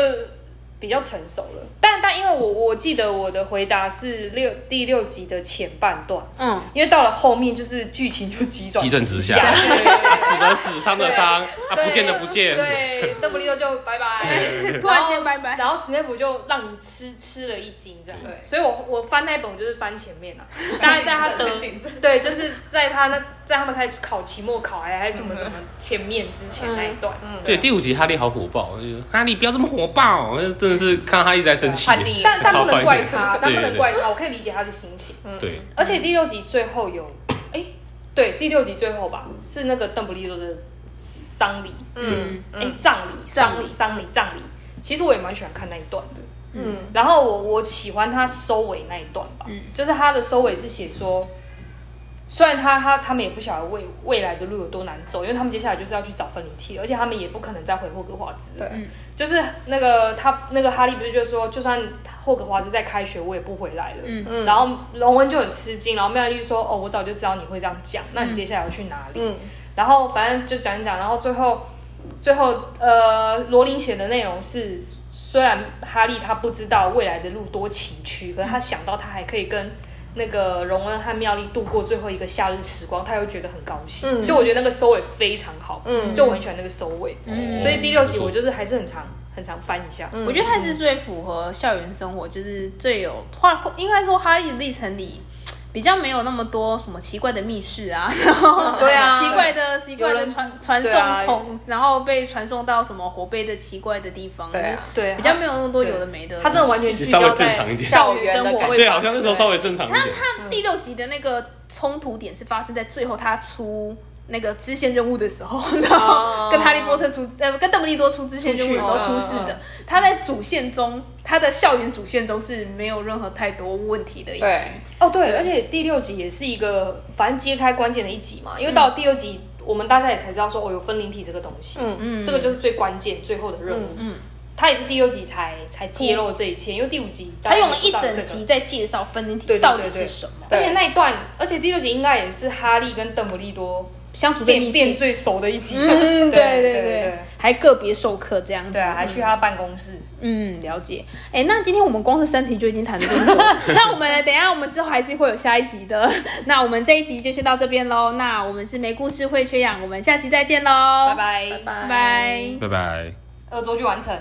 Speaker 3: 比较成熟了，但但因为我我记得我的回答是六第六集的前半段， (laughs)
Speaker 1: 嗯，
Speaker 3: 因为到了后面就是剧情就急转
Speaker 2: 急转直下 (laughs)
Speaker 3: 对
Speaker 2: 啊，死的死，伤的伤，啊，不见的不见。
Speaker 3: 对，邓布利多就拜拜，
Speaker 1: 突然间拜拜
Speaker 3: 然后史内普就让你吃吃了一惊这样，
Speaker 4: 对
Speaker 3: 所以我我翻那一本我就是翻前
Speaker 2: (laughs)
Speaker 3: 面啊，大概在他得
Speaker 4: 很谨慎
Speaker 3: 对，就是在他那在他们开始考期末考还还是什么什么前面之前那一段，嗯，
Speaker 2: 对，第五集哈利好火爆，就是哈利不要这么火爆，真的是看到他一直在生气
Speaker 4: 叛逆，
Speaker 3: 但但不
Speaker 2: 超
Speaker 3: 能
Speaker 2: 坏
Speaker 3: 怪他，但
Speaker 2: 对
Speaker 3: 不
Speaker 2: 对
Speaker 3: 能怪他，我可以理解他的心情。
Speaker 2: 对对，
Speaker 3: 而且第六集最后有，哎、对，第六集最后吧，是那个邓布利多的丧礼，
Speaker 4: 嗯
Speaker 3: 哎、葬礼，
Speaker 1: 葬
Speaker 3: 丧
Speaker 1: 礼
Speaker 3: 礼，丧礼，葬礼。其实我也蛮喜欢看那一段的，
Speaker 4: 嗯，
Speaker 3: 然后我我喜欢他收尾那一段吧，就是他的收尾是写说，虽然他他他们也不晓得未未来的路有多难走，因为他们接下来就是要去找分灵体，而且他们也不可能再回霍格华兹，
Speaker 4: 对，
Speaker 3: 就是那个他那个哈利不是就说，就算霍格华兹在开学，我也不回来了。
Speaker 1: 嗯
Speaker 4: 嗯
Speaker 3: 然后荣恩就很吃惊，然后妙丽就说：“哦，我早就知道你会这样讲，那你接下来要去哪里？”
Speaker 4: 嗯
Speaker 3: 然后反正就讲一讲，然后最后最后呃，罗琳写的内容是，虽然哈利他不知道未来的路多崎岖，可是他想到他还可以跟那个荣恩和妙丽度过最后一个夏日时光，他又觉得很高兴。
Speaker 4: 嗯
Speaker 3: 就我觉得那个收尾非常好，
Speaker 4: 嗯
Speaker 3: 就我很喜欢那个收尾。
Speaker 2: 嗯
Speaker 3: 所以第六集我就是还是很常很常翻一下。
Speaker 4: 嗯
Speaker 1: 我觉得他是最符合校园生活，就是最有话，应该说哈利的历程里。比较没有那么多什么奇怪的密室
Speaker 3: (laughs)
Speaker 1: 啊，然后
Speaker 3: 对啊
Speaker 1: 奇怪的奇怪
Speaker 3: 有
Speaker 1: 的
Speaker 3: 人
Speaker 1: 传传
Speaker 3: 对
Speaker 1: 送
Speaker 3: 啊
Speaker 1: 筒，然后被传送到什么火杯的奇怪的地方，
Speaker 4: 对啊
Speaker 1: 就是
Speaker 3: 对
Speaker 1: 比较没有那么多有的没的。
Speaker 3: 他真的完全
Speaker 2: 其
Speaker 3: 聚
Speaker 2: 实稍微
Speaker 3: 焦
Speaker 2: 正
Speaker 3: 在
Speaker 2: 常一点
Speaker 3: 校园啊生活
Speaker 4: 对
Speaker 3: 会
Speaker 2: 对，
Speaker 3: 发
Speaker 2: 好像那时候稍微正常一点。
Speaker 1: 看第六集的那个冲突点是发生在最后他出那个支线任务的时候，然后跟哈利波特出呃跟邓布利多出支线任务的时候出
Speaker 3: 出去
Speaker 1: 事
Speaker 4: 嗯嗯
Speaker 1: 的。他在主线中，他的校园主线中是没有任何太多问题的一
Speaker 4: 对
Speaker 1: 集。
Speaker 3: 哦，对，而且第六集也是一个反正揭开关键的一集嘛，因为到了第六集，我们大家也才知道说哦有分灵体这个东西，
Speaker 4: 嗯
Speaker 1: 嗯
Speaker 3: 这个就是最关键最后的任务，
Speaker 1: 嗯
Speaker 3: 嗯，他也是第六集才才揭露这一切，因为第五集大
Speaker 1: 他
Speaker 3: 家
Speaker 1: 用了
Speaker 3: 也
Speaker 1: 一
Speaker 3: 不知道
Speaker 1: 整
Speaker 3: 这个
Speaker 1: 集在介绍分灵体
Speaker 3: 对对对
Speaker 1: 到底是
Speaker 3: 对
Speaker 1: 什么，
Speaker 3: 而且那一段，而且第六集应该也是哈利跟邓布利多
Speaker 1: 相处最密
Speaker 3: 变变
Speaker 1: 切。
Speaker 3: 最熟的一集，
Speaker 1: 嗯， (laughs) 对
Speaker 3: 对
Speaker 1: 对对，还个别授课这样子，
Speaker 3: 对啊，还去他办公室，
Speaker 1: 嗯，了解。哎、那今天我们光是身体就已经谈得这么多了，那我们等一下我们之后还是会有下一集的。 (laughs) 那我们这一集就先到这边喽。那我们是没故事会缺氧，我们下期再见喽，
Speaker 3: 拜拜，
Speaker 1: 拜拜。
Speaker 2: 拜拜。
Speaker 3: 二周就完成。